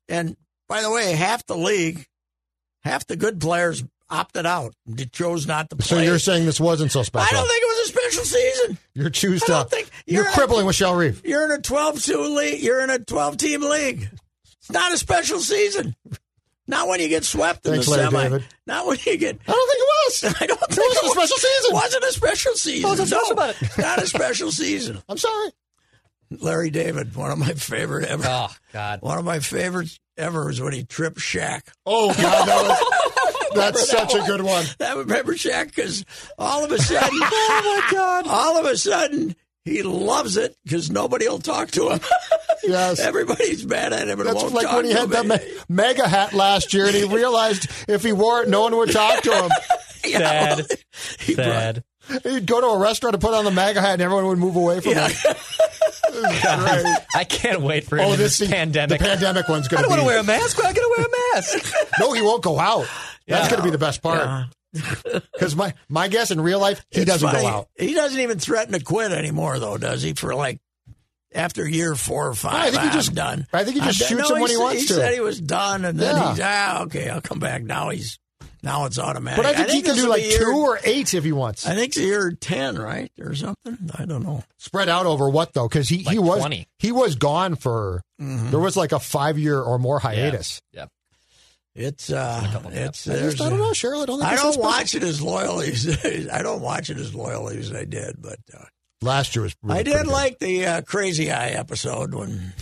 C: and by the way, half the league half the good players opted out, and chose not to play.
D: So you're saying this wasn't so
C: I
D: special?
C: don't think it was a special season.
D: you're choose
C: I
D: to.
C: don't think-
D: you're,
C: you're-
D: crippling with Shell Reef.
C: You're in a 12-2 league. You're in a 12-team league. It's not a special season. Not when you get swept in
D: Thanks,
C: the
D: Larry
C: semi.
D: David.
C: Not when you get.
D: I don't think it was.
C: I don't think
D: wasn't a
C: was-
D: special season.
C: Wasn't a special season.
D: Wasn't
C: no,
D: special about it.
C: not a special season.
D: I'm sorry.
C: Larry David, one of my favorite ever.
E: Oh God.
C: One of my favorites ever was when he tripped Shaq.
D: Oh God, that was, that's such a good one.
C: That remember Shaq because all of a sudden, oh my God! All of a sudden, he loves it because nobody will talk to him.
D: Yes.
C: Everybody's mad at him and
D: That's
C: won't
D: like
C: talk
D: when he
C: to
D: had that
C: him.
D: me- mega hat last year, and he realized if he wore it, no one would talk to him.
C: Yeah,
E: Sad.
C: well, he brought-
E: Sad.
D: He'd go to a restaurant and put on the MAGA hat, and everyone would move away from
C: Yeah.
D: him. Right.
E: I can't wait for him
D: Oh,
E: in
D: this
E: this
D: thing-
E: pandemic.
D: The pandemic one's going to be.
E: wanna a mask. Why am I going to wear a mask?
D: No, he won't go out. That's going to be the best part. Because my my guess in real life, he
C: It's
D: doesn't
C: funny.
D: go out.
C: He doesn't even threaten to quit anymore, though, does he? For like after year four or five,
D: I think he
C: "I'm
D: just-
C: done.
D: I think he
C: I'm
D: just
C: done."
D: shoots
C: No,
D: him when he
C: s-
D: wants
C: he
D: to.
C: said he was done, and then
D: Yeah.
C: he's ah, okay, I'll come back. Now he's now it's automatic.
D: But I think, he can
C: this
D: do
C: will
D: like
C: be year-
D: two or eight if he wants.
C: I think it's year ten, right, or something. I don't know.
D: Spread out over what though? Because he, he
E: Like
D: was
E: 20.
D: he was gone for
C: Mm-hmm.
D: there was like a five year or more hiatus.
E: Yeah.
C: It's uh, it's
D: I, just,
C: there's
D: I don't
C: a-
D: know, Cheryl. I don't think
C: I
D: it's
C: don't
D: so
C: watch it as loyally as I don't watch it as loyally as I did, but uh,
D: special. last year was. Really
C: I did
D: pretty good.
C: like the uh, Crazy Eye episode when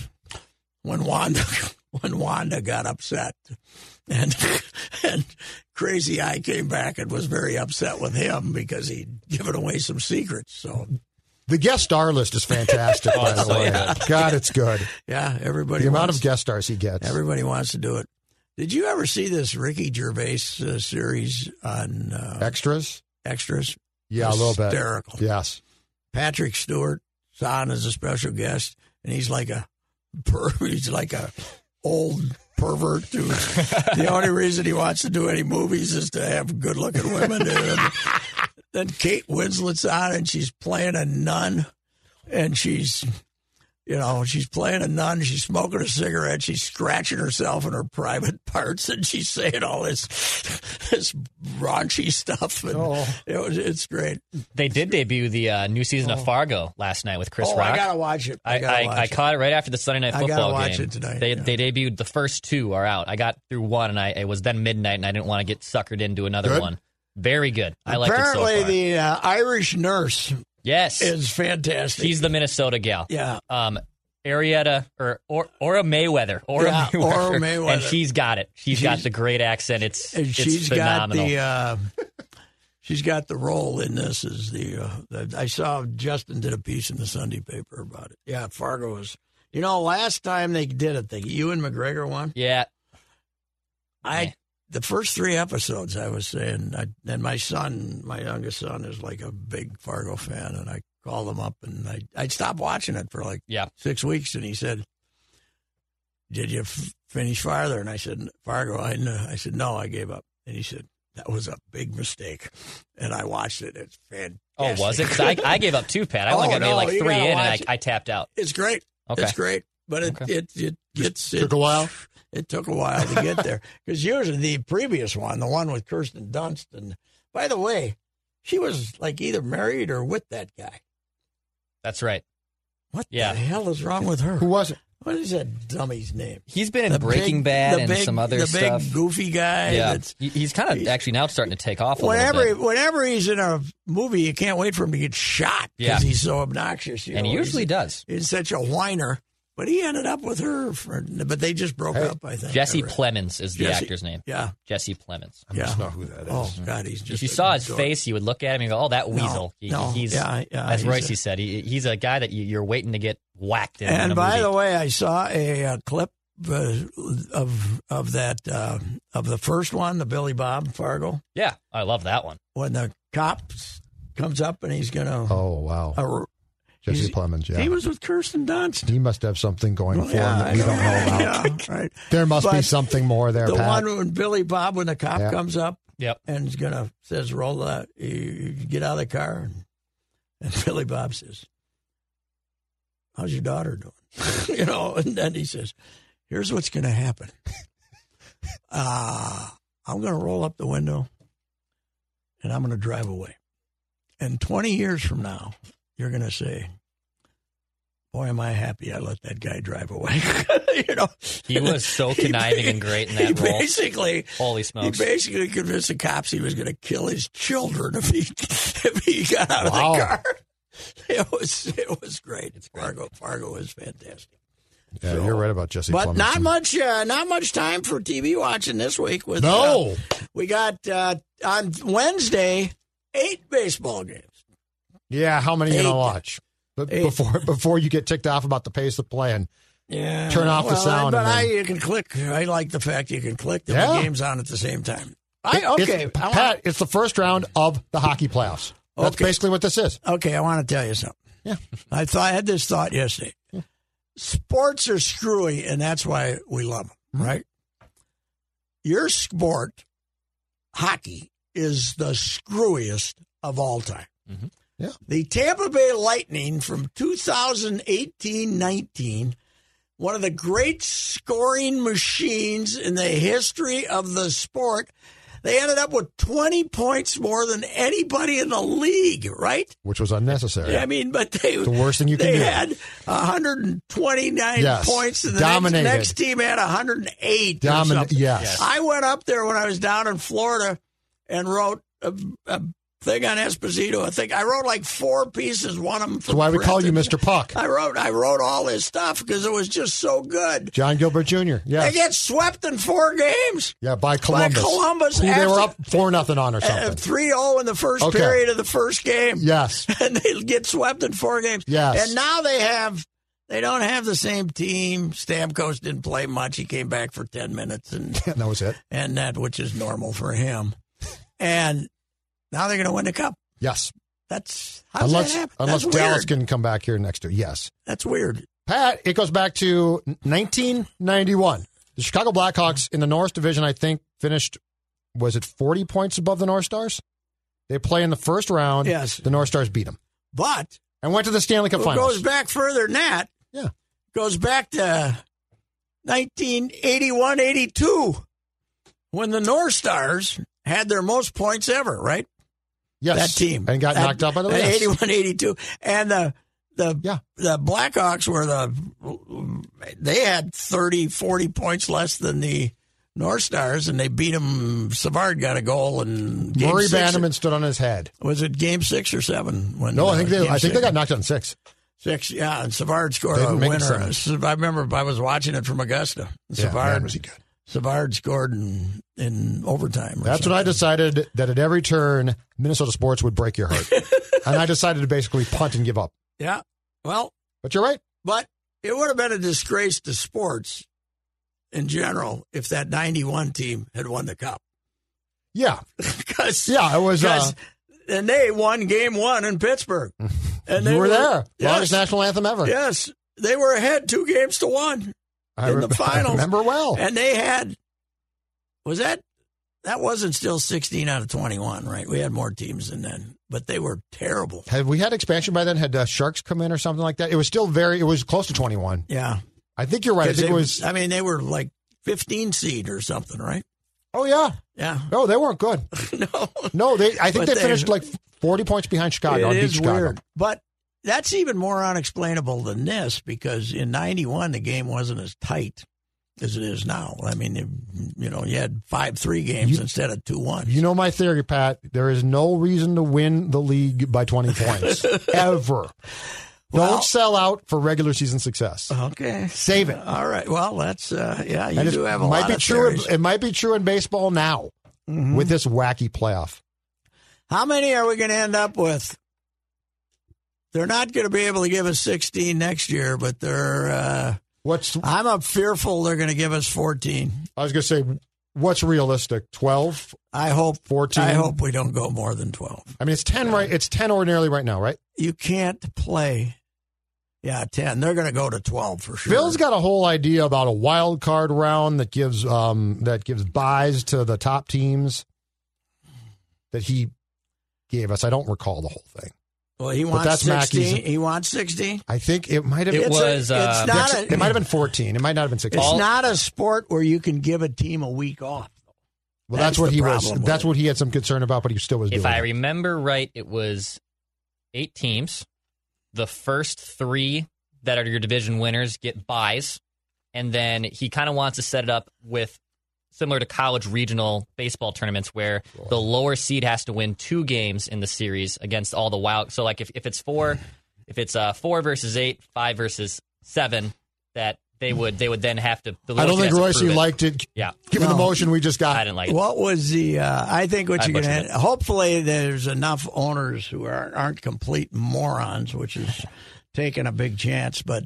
C: when Wanda when Wanda got upset and and Crazy Eye came back and was very upset with him because he'd given away some secrets. So
D: the guest star list is fantastic.
C: Oh,
D: by the way, God, it's good.
C: yeah, everybody
D: The amount
C: wants,
D: of guest stars he gets.
C: everybody wants to do it. Did you ever see this Ricky Gervais uh, series on uh,
D: Extras,
C: extras?
D: yeah, a little bit.
C: Hysterical.
D: Yes,
C: Patrick Stewart is on as a special guest, and he's like a per, he's like a old pervert dude. the only reason he wants to do any movies is to have good looking women. in him. then Kate Winslet's on, and she's playing a nun, and she's. You know, she's playing a nun. She's smoking a cigarette. She's scratching herself in her private parts, and she's saying all this, this raunchy stuff. And
D: Oh.
C: it was, it's great.
E: They did debut the uh, new season of Fargo last night with Chris
C: oh,
E: Rock.
C: I gotta watch it.
E: I,
C: gotta
E: I,
C: watch
E: I
C: it.
E: caught it right after the Sunday night
C: I gotta
E: football
C: watch
E: game.
C: it tonight,
E: They
C: yeah.
E: they debuted the first two are out. I got through one and I it was then midnight and I didn't want to get suckered into another
D: Good.
E: one. Very good. I like it so
C: Apparently,
E: far.
C: the uh, Irish nurse
E: yes,
C: is fantastic.
E: she's the Minnesota gal.
C: yeah,
E: Um, Arietta or or Ora Mayweather. Ora
C: Yeah,
E: Mayweather.
C: Ora Mayweather.
E: And she's got it. she's got
C: She's-
E: the great accent. It's
C: and
E: it's
C: she's got
E: phenomenal.
C: the uh, she's got the role in this. Is the, uh, the I saw Justin did a piece in the Sunday paper about it. Yeah, Fargo was. You know, last time they did it, the Ewan McGregor one.
E: yeah.
C: I the first three episodes, I was saying, I, and my son, my youngest son, is like a big Fargo fan, and I called him up and I I stopped watching it for like
E: Yeah.
C: six weeks, and he said, "Did you f- finish farther?" And I said, "Fargo." I kn- I said, "No, I gave up." And he said, "That was a big mistake," and I watched it. It's fantastic.
E: Oh, was it? 'Cause I, I gave up two, Pat. I only
C: Oh,
E: got made
C: no,
E: like
C: you
E: three
C: gotta
E: in, and I,
C: watch it.
E: I tapped out.
C: It's great.
E: Okay.
C: It's great, but it
E: Okay.
C: it it gets
D: took a while?
C: It took a while to get there because usually the previous one, the one with Kirsten Dunst, and by the way, she was like either married or with that guy.
E: That's right.
C: What
E: Yeah.
C: the hell is wrong with her?
D: who was it?
C: What is that dummy's name?
E: He's been in
C: The
E: Breaking
C: big-
E: Bad
C: the
E: and
C: big-
E: some other
C: the
E: stuff.
C: big goofy guy.
E: yeah,
C: that's-
E: He- he's kind of actually now starting to take off a
C: whenever
E: little bit.
C: whenever he's in a movie, you can't wait for him to get shot
E: Yeah.
C: because he's so obnoxious. You
E: and he
C: know,
E: usually
C: Oh, he's,
E: does.
C: He's such a whiner. But he ended up with her, for, but they just broke
D: Hey.
C: up. I think
E: Jesse
C: I read.
E: Plemons is the
C: Jesse-
E: actor's name.
C: Yeah,
E: Jesse Plemons.
C: yeah.
D: Just know who that is.
C: Oh God, he's
E: If
C: just.
E: you
C: a
E: saw his
C: dork.
E: face, you would look at him and go, "Oh, that weasel." He-
C: no,
E: he's
C: yeah, yeah,
E: as
C: he's
E: Royce
C: a-
E: said, he, he's a guy that you, you're waiting to get whacked in. in
C: And
E: a
C: by
E: movie.
C: the way, I saw a, uh clip uh, of of that uh, of the first one, the Billy Bob Fargo,
E: yeah, I love that one.
C: when the cop comes up and he's gonna.
D: Oh wow,
C: ar-
D: Jesse
C: he's-
D: Plemons. Yeah,
C: He was with Kirsten Dunst.
D: He must have something going for him that
C: I
D: we don't know about.
C: Yeah, right.
D: There must be
C: But
D: something more there,
C: The
D: Pat.
C: one when Billy Bob, when the cop
D: Yeah.
C: comes up
E: Yep.
C: and is gonna says, "Roll out, you, you get out of the car," and, and Billy Bob says, "How's your daughter doing?" you know, and then he says, "Here's what's gonna happen. Uh, I'm going to roll up the window and I'm going to drive away. And 20 years from now, you're going to say, Boy, am I happy I let that guy drive away. you know,
E: He was so conniving and great in that
C: he
E: role.
C: basically,
E: Holy
C: he
E: smokes.
C: basically convinced the cops he was going to kill his children if he if he got out
D: Wow.
C: of the car. It was it was great. Fargo Fargo was fantastic.
D: Yeah, you're right about Jesse.
C: But
D: Plemons.
C: not much uh, not much time for TV watching this week. With
D: No.
C: uh, we got uh, on Wednesday eight baseball games.
D: Yeah, how many you
C: Eight.
D: gonna watch? But
C: Eight.
D: before before you get ticked off about the pace of play, and
C: Yeah,
D: Turn off the
C: Well,
D: sound
C: But
D: and
C: I,
D: then-
C: you can click. I like the fact you can click the
D: Yeah.
C: games on at the same time. I okay.
D: It's-
C: I want-
D: Pat, it's the first round of the hockey playoffs. That's
C: Okay.
D: basically what this is.
C: Okay, I want to tell you something.
D: Yeah.
C: I thought I had this thought yesterday. Sports are screwy, and that's why we love them, right? Your sport, hockey, is the screwiest of all time.
D: Yeah.
C: The Tampa Bay Lightning from 2018 19, one of the great scoring machines in the history of the sport. They ended up with 20 points more than anybody in the league, right?
D: Which was unnecessary.
C: I mean, but they
D: The worst thing you can
C: they
D: do.
C: had 129
D: Yes.
C: points, and the
D: Dominated.
C: next, next team had 108. or
D: Domin-
C: something.
D: yes. Yes.
C: I went up there when I was down in Florida and wrote a, a thing on Esposito. I think I wrote like four pieces. One of them.
D: That's why we call you Mr. Puck.
C: I wrote I wrote all this stuff because it was just so good.
D: John Gilbert Jr.
C: They
D: Yes.
C: get swept in four games.
D: Yeah, by Columbus.
C: Columbus
D: Who they were up
C: after-
D: 4 nothing on or something.
C: 3 0 in the first
D: Okay.
C: period of the first game.
D: yes.
C: and they get swept in four games.
D: Yes.
C: And now they have they don't have the same team. Stamkos didn't play much. He came back for ten minutes and
D: And that was it.
C: and that which is normal for him. And now they're gonna win the cup.
D: Yes.
C: That's how
D: Unless
C: that happen?
D: unless
C: That's
D: Dallas
C: weird.
D: can come back here next year. Yes.
C: That's weird.
D: Pat, it goes back to 1991. The Chicago Blackhawks in the Norris Division, I think, finished, was it 40 points above the North Stars? They play in the first round.
C: Yes.
D: The North Stars beat them
C: But
D: and went to the Stanley Cup
C: who
D: Finals.
C: goes back further than that
D: Yeah.
C: goes back to 1981-82 when the North Stars had their most points ever, right?
D: Yes.
C: that team
D: And got
C: That-
D: knocked out by the
C: that
D: Leafs.
C: 81 82 and the the
D: Yeah.
C: the Blackhawks were the they had 30 40 points less than the North Stars and they beat them Savard got a goal and game
D: Murray
C: six-
D: Bannerman stood on his head.
C: was it game 6 or 7 when
D: No,
C: uh,
D: I think they
C: game
D: I think they
C: six-
D: got knocked out in six.
C: six yeah and Savard scored
D: They
C: a
D: didn't make it
C: winner
D: seven.
C: I remember I was watching it from Augusta
D: Yeah,
C: Savard
D: man, was he good.
C: Savard scored in, in overtime or
D: That's when I
C: something.
D: decided that at every turn, Minnesota sports would break your heart. and I decided to basically punt and give up.
C: yeah well
D: But you're right.
C: But it would have been a disgrace to sports in general if that 91 team had won the cup.
D: Yeah.
C: Because,
D: Yeah, it was, uh,
C: and they won game one in Pittsburgh. And they
D: you were, there.
C: Yes,
D: Longest national anthem ever.
C: yes. They were ahead two games to one
D: I
C: in
D: rem-
C: the
D: I
C: finals.
D: remember well.
C: And they had, was that, that wasn't still 16 out of 21, right? We had more teams than then, but they were terrible.
D: Have we had expansion by then? Had uh, sharks come in or something like that? It was still very. It was close to twenty one.
C: Yeah.
D: I think you're right. I
C: 'Cause
D: think
C: they-
D: it was.
C: I mean, they were like 15 seed or something, right?
D: Oh yeah.
C: Yeah.
D: No, they weren't good.
C: no.
D: No, they. I
C: But
D: think they,
C: they-
D: finished like forty points behind Chicago.
C: It
D: and beat
C: is
D: Chicago.
C: weird. But that's even more unexplainable than this because in 91, the game wasn't as tight as it is now. I mean, you, you know, you had 5 3 games instead of 2 1.
D: You know my theory, Pat. There is no reason to win the league by twenty points ever.
C: Well- Uh,
D: Don't sell out for regular season success.
C: okay.
D: Save it.
C: All right. Well, that's, uh, yeah, you
D: And it
C: do have a
D: might
C: lot
D: be
C: of
D: true.
C: theories. Mm-hmm.
D: It might be true in baseball now with this wacky playoff.
C: How many are we going to end up with? They're not going to be able to give us 16 next year, but they're, uh,
D: What's
C: I'm uh, fearful they're going to give us 14.
D: I was going to say? What's realistic? Twelve?
C: I hope
D: 14?
C: I hope we don't go more than 12.
D: I mean, it's ten right. It's ten ordinarily right now, right?
C: you can't play. Yeah, ten. They're going to go to twelve for sure.
D: Phil's got a whole idea about a wild card round that gives um that gives buys to the top teams that he gave us. I don't recall the whole thing.
C: well, he wants
D: that's Mackey's-
C: sixteen. He wants sixteen.
D: I think it might have
E: It
D: been
C: It's
E: was,
C: A,
E: uh,
C: it's not.
D: it
C: a,
D: might have been 14. It might not have been 16.
C: It's not a sport where you can give a team a week off.
D: Well, that's,
C: That's
D: what
C: the
D: he was.
C: problem with
D: That's
C: it.
D: what he had some concern about, but he still was
E: If
D: doing.
E: I
D: it.
E: remember right, it was eight teams. The first three that are your division winners get buys, and then he kind of wants to set it up with similar to college regional baseball tournaments where the lower seed has to win two games in the series against all the wild. So like if, if it's four, if it's uh, four versus eight, five versus seven, that they would they would then have to. The
D: I
E: lower
D: don't
E: seed
D: think
E: has to
D: Royce
E: prove it.
D: liked it.
E: Yeah.
D: Given the
C: No.
D: motion we just got.
E: I didn't like it.
C: What was the? Uh, I think what
E: I
C: you're
E: butchered
C: going to. Hopefully, there's enough owners who are, aren't complete morons, which is taking a big chance. But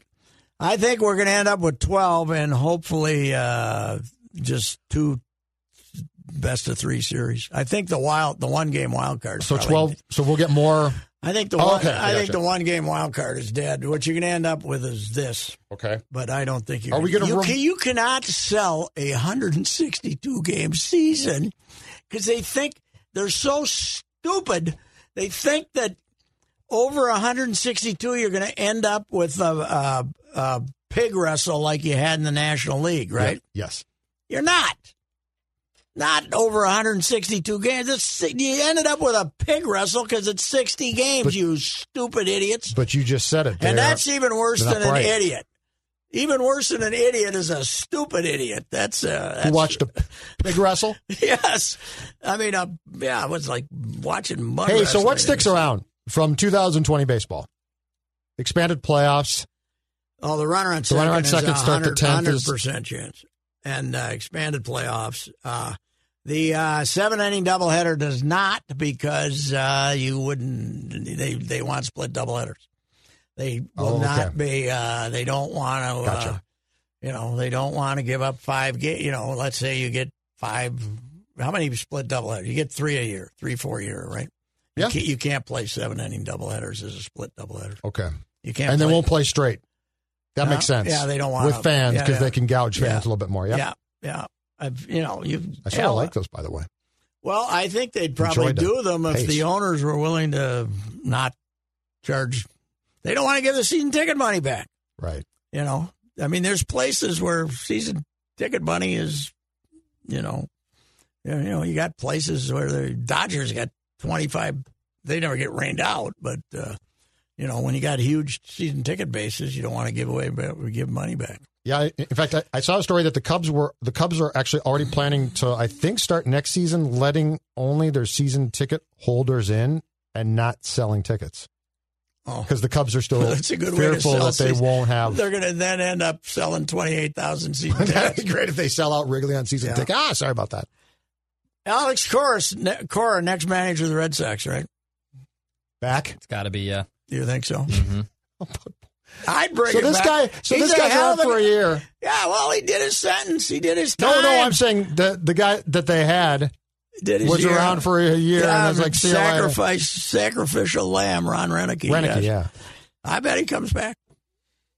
C: I think we're going to end up with 12, and hopefully, uh, just two best of three series. I think the wild, the one game wild card.
D: So
C: probably-
D: twelve. So we'll get more.
C: I think the
D: Oh,
C: one,
D: okay,
C: I think
D: gotcha.
C: the one game wild card is dead. What you're going to end up with is this.
D: Okay.
C: But I don't think you're.
D: Are we gonna
C: You,
D: rem-
C: can, you cannot sell a 162 game season because they think they're so stupid. They think that over 162, you're going to end up with a, a, a pig wrestle like you had in the National League, right?
D: Yes.
C: You're not. Not over 162 games. It's, you ended up with a pig wrestle because it's 60 games,
D: But-
C: you stupid idiots.
D: But you just said it.
C: and
D: They're-
C: that's even worse
D: they're
C: than
D: not
C: an
D: right.
C: idiot. Even worse than an idiot is a stupid idiot. That's uh,
D: who
C: that's-
D: watched a pig wrestle.
C: Yes, I mean, uh, yeah, it was like watching mud.
D: Hey, so what
C: wrestling.
D: sticks around from 2020 baseball? Expanded playoffs.
C: Oh, the runner on
D: The
C: second,
D: runner on second
C: is
D: start to 10th is-
C: percent chance, and uh, expanded playoffs. Uh, the uh, seven inning doubleheader does not because uh, you wouldn't. They they want split doubleheaders. They will
D: Oh, okay.
C: not be. Uh, they don't want to. Uh,
D: Gotcha.
C: you know, they don't want to give up five. Ga- you know, let's say you get five. How many split doubleheaders? You get three a year, three four a year, right?
D: Yeah.
C: You can't, you can't play seven inning doubleheaders as a split doubleheader.
D: Okay.
C: You can't.
D: And they
C: play-
D: won't play straight. That
C: No,
D: makes sense.
C: yeah, they don't wanna-
D: with fans
C: yeah,
D: because
C: yeah.
D: they can gouge fans
C: Yeah.
D: a little bit more. Yeah.
C: Yeah, yeah. I've, you know, you.
D: I sort of like those, by the way.
C: Well, I think they'd probably
D: Enjoyed the
C: do them if
D: pace.
C: the owners were willing to not charge. They don't want to give the season ticket money back.
D: Right.
C: You know, I mean, there's places where season ticket money is, you know, you know, you got places where the Dodgers got 25. They never get rained out, but uh, you know, when you got huge season ticket bases, you don't want to give away give money back.
D: Yeah. I- In fact, I, I saw a story that the Cubs were the Cubs are actually already planning to, I think, start next season letting only their season ticket holders in and not selling tickets
C: Oh.
D: because the Cubs are still
C: That's a good way to
D: fearful
C: sell
D: that they
C: season-
D: won't have.
C: They're going to then end up selling 28,000 season
D: That'd be
C: tickets.
D: great if they sell out Wrigley on season
C: Yeah.
D: ticket. Ah, sorry about that.
C: Alex Cora, ne- Cora, next manager of the Red Sox, right?
D: Back.
E: It's got to be uh,
C: Do you think so? I'd bring
D: Mm-hmm. So
C: it
D: this
C: back.
D: guy, so
C: He's
D: this
C: a
D: guy's
C: hell
D: out
C: of an-
D: for a year.
C: Yeah, well, he did his sentence. He did his time.
D: No, no, I'm saying the the guy that they had
C: did his
D: was
C: year.
D: around for a year
C: Yeah,
D: and was like, see you later.
C: sacrifice, sacrificial lamb, Ron Renicky.
D: Renicky,
C: yes.
D: yeah,
C: I bet he comes back.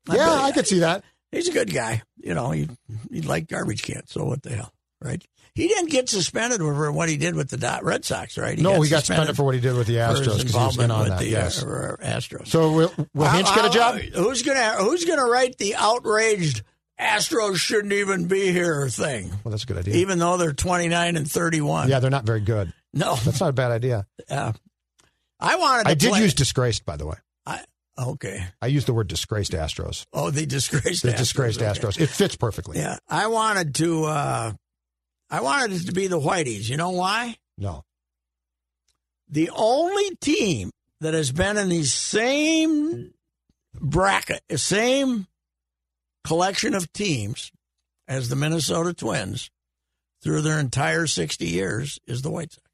C: I
D: yeah,
C: bet he-
D: I could see that.
C: He's a good guy. You know, he he liked garbage cans. So what the hell, right? He didn't get suspended over what he did with the Dot- Red Sox, right?
D: no, he got suspended for what he did with the
C: for his
D: Astros because he was in
C: involvement
D: on
C: with
D: that.
C: the uh,
D: yes.
C: uh, Astros.
D: so will, will
C: How-
D: Hinch get a
C: how-
D: job?
C: Who's gonna Who's gonna write the outraged Astros shouldn't even be here thing?
D: Well, that's a good idea.
C: Even though they're 29 and 31.
D: yeah, they're not very good.
C: No.
D: That's not a bad idea.
C: Uh, I wanted. To
D: I did
C: play-
D: use disgraced, by the way.
C: I, okay.
D: I used the word disgraced Astros.
C: Oh, they disgraced.
D: They're
C: Astros.
D: disgraced
C: Okay.
D: Astros. It fits perfectly.
C: Yeah, I wanted to. Uh, I wanted it to be the Whiteys. You know why?
D: No.
C: the only team that has been in the same bracket, same collection of teams as the Minnesota Twins through their entire 60 years is the White Sox.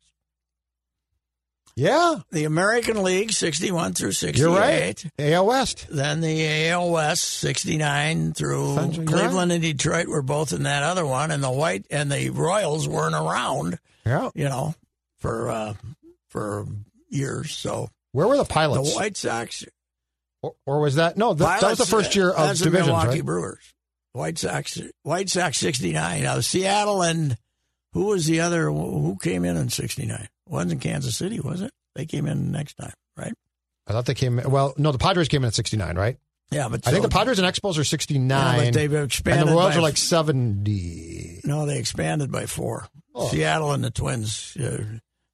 D: Yeah,
C: The American League 61 through 68.
D: you're right. AL West.
C: Then the AL West 69 through
D: Sounds right.
C: Cleveland and Detroit were both in that other one and the White and the Royals weren't around,
D: Yeah.
C: you know, for uh, for years. So
D: Where were the
C: the
D: Pilots?
C: White Sox
D: or, or was that no? That, that was the
C: Pilots,
D: first year
C: uh,
D: of
C: that's
D: divisions,
C: the Milwaukee
D: right?
C: Brewers. White Sox, White Sox, sixty nine. Now Seattle and who was the other? Who came in in sixty nine? Wasn't Kansas City? Was it? They came in next time, right?
D: I thought they came. Well, no, the Padres came in at 69, right?
C: Yeah, but
D: I think
C: so-
D: the Padres and Expos are 69.
C: Yeah, but they've expanded
D: And the Royals
C: by-
D: are like 70.
C: No, they expanded by four. Seattle and the Twins. Uh,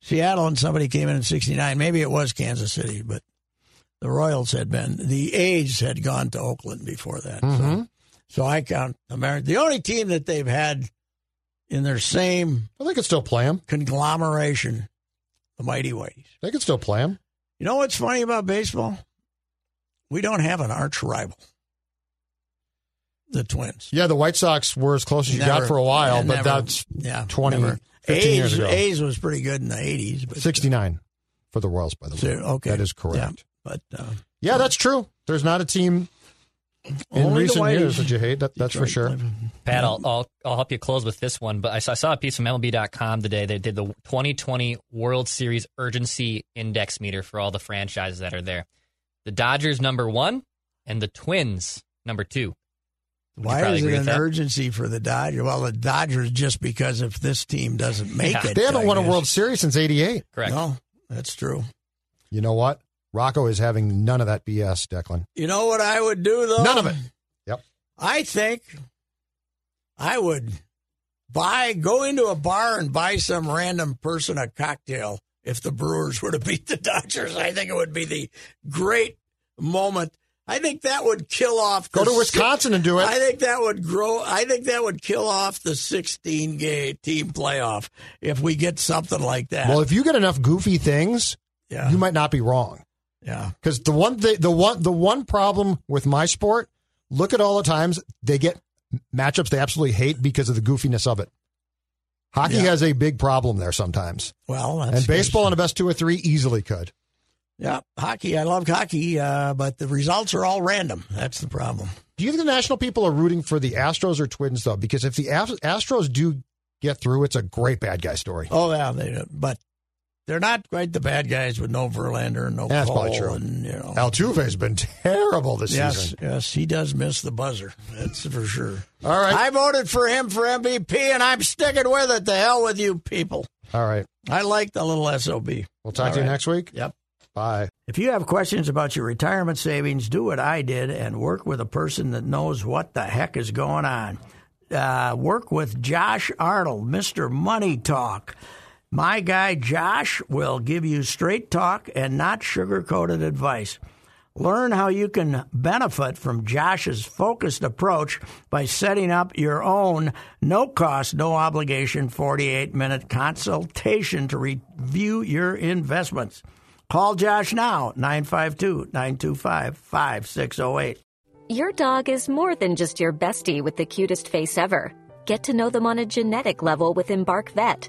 C: Seattle and somebody came in in '69. Maybe it was Kansas City, but the Royals had been. The A's had gone to Oakland before that. So, so I count America. The only team that they've had in their same
D: Well, they could still play him.
C: conglomeration, the Mighty Whiteys.
D: They could still play him.
C: You know what's funny about baseball? We don't have an arch rival, the Twins.
D: Yeah, the White Sox were as close as you
C: Never-
D: got for a while,
C: yeah,
D: but
C: never-
D: that's
C: yeah,
D: 20,
C: never.
D: 15
C: A's,
D: years ago.
C: A's was pretty good in the eighties, but
D: 69 for the Royals, by the way.
C: So, okay,
D: That is
C: Yeah,
D: correct.
C: but uh,
D: Yeah, that's true. There's not a team in
C: Only the
D: recent
C: Whiteys.
D: years that you hate. That, that's for
C: Detroit-
D: sure.
E: Pat, I'll, I'll, I'll help you close with this one, but I saw, I saw a piece from MLB.com today that did the 2020 World Series Urgency Index meter for all the franchises that are there. The Dodgers, number one, and the Twins, number two. Would you
C: Why
E: probably
C: is it
E: agree with
C: an
E: that?
C: urgency for the Dodgers? Well, the Dodgers just because if this team doesn't make
E: Yeah.
C: it,
D: They haven't
C: I
D: won a
C: guess.
D: World Series since 88.
E: Correct.
C: No, that's true.
D: You know what? Rocco is having none of that BS, Declan.
C: You know what I would do though?
D: None of it. Yep.
C: I think I would buy go into a bar and buy some random person a cocktail if the Brewers were to beat the Dodgers. I think it would be the great moment. I think that would kill off.
D: Go
C: the
D: to Wisconsin and do it.
C: I think that would grow. I think that would kill off the 16 gay team playoff if we get something like that.
D: Well, if you get enough goofy things,
C: yeah,
D: you might not be wrong.
C: yeah,
D: Because the one thi- the one the one problem with my sport, look at all the times they get matchups they absolutely hate because of the goofiness of it. Hockey
C: Yeah.
D: has a big problem there sometimes,
C: well, that's
D: and baseball
C: good.
D: in the best two or three easily could.
C: Yeah, hockey. I love hockey, uh, but the results are all random. That's the problem.
D: Do you think the national people are rooting for the Astros or Twins though? Because if the Ast- Astros do get through, it's a great bad guy story.
C: Oh yeah, they, but they're not quite the bad guys with no Verlander and no
D: That's
C: Cole
D: probably true.
C: and you know.
D: Altuve's been terrible this
C: Oh. yes,
D: season.
C: yes, he does miss the buzzer. That's for sure.
D: All right,
C: I voted for him for MVP, and I'm sticking with it. The hell with you people.
D: all right.
C: I like the little sob.
D: We'll talk
C: All
D: to you
C: right.
D: next week.
C: Yep.
D: Bye.
C: If you have questions about your retirement savings, do what I did and work with a person that knows what the heck is going on. Uh, work with Josh Arnold, Mr. Money Talk. My guy Josh will give you straight talk and not sugar coated advice. Learn how you can benefit from Josh's focused approach by setting up your own no cost, no obligation 48 minute consultation to review your investments. Call Josh now, 952 925 5608.
H: Your dog is more than just your bestie with the cutest face ever. Get to know them on a genetic level with Embark Vet.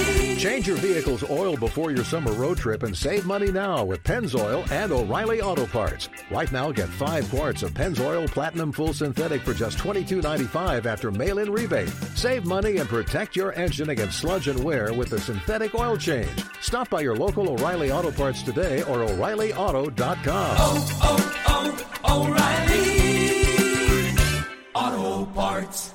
I: Change your vehicle's oil before your summer road trip and save money now with Pennzoil and O'Reilly Auto Parts. Right now, get five quarts of Pennzoil Platinum Full Synthetic for just $22.95 after mail-in rebate. Save money and protect your engine against sludge and wear with the synthetic oil change. Stop by your local O'Reilly Auto Parts today or O'ReillyAuto.com.
J: Oh, oh, O'Reilly Auto Parts.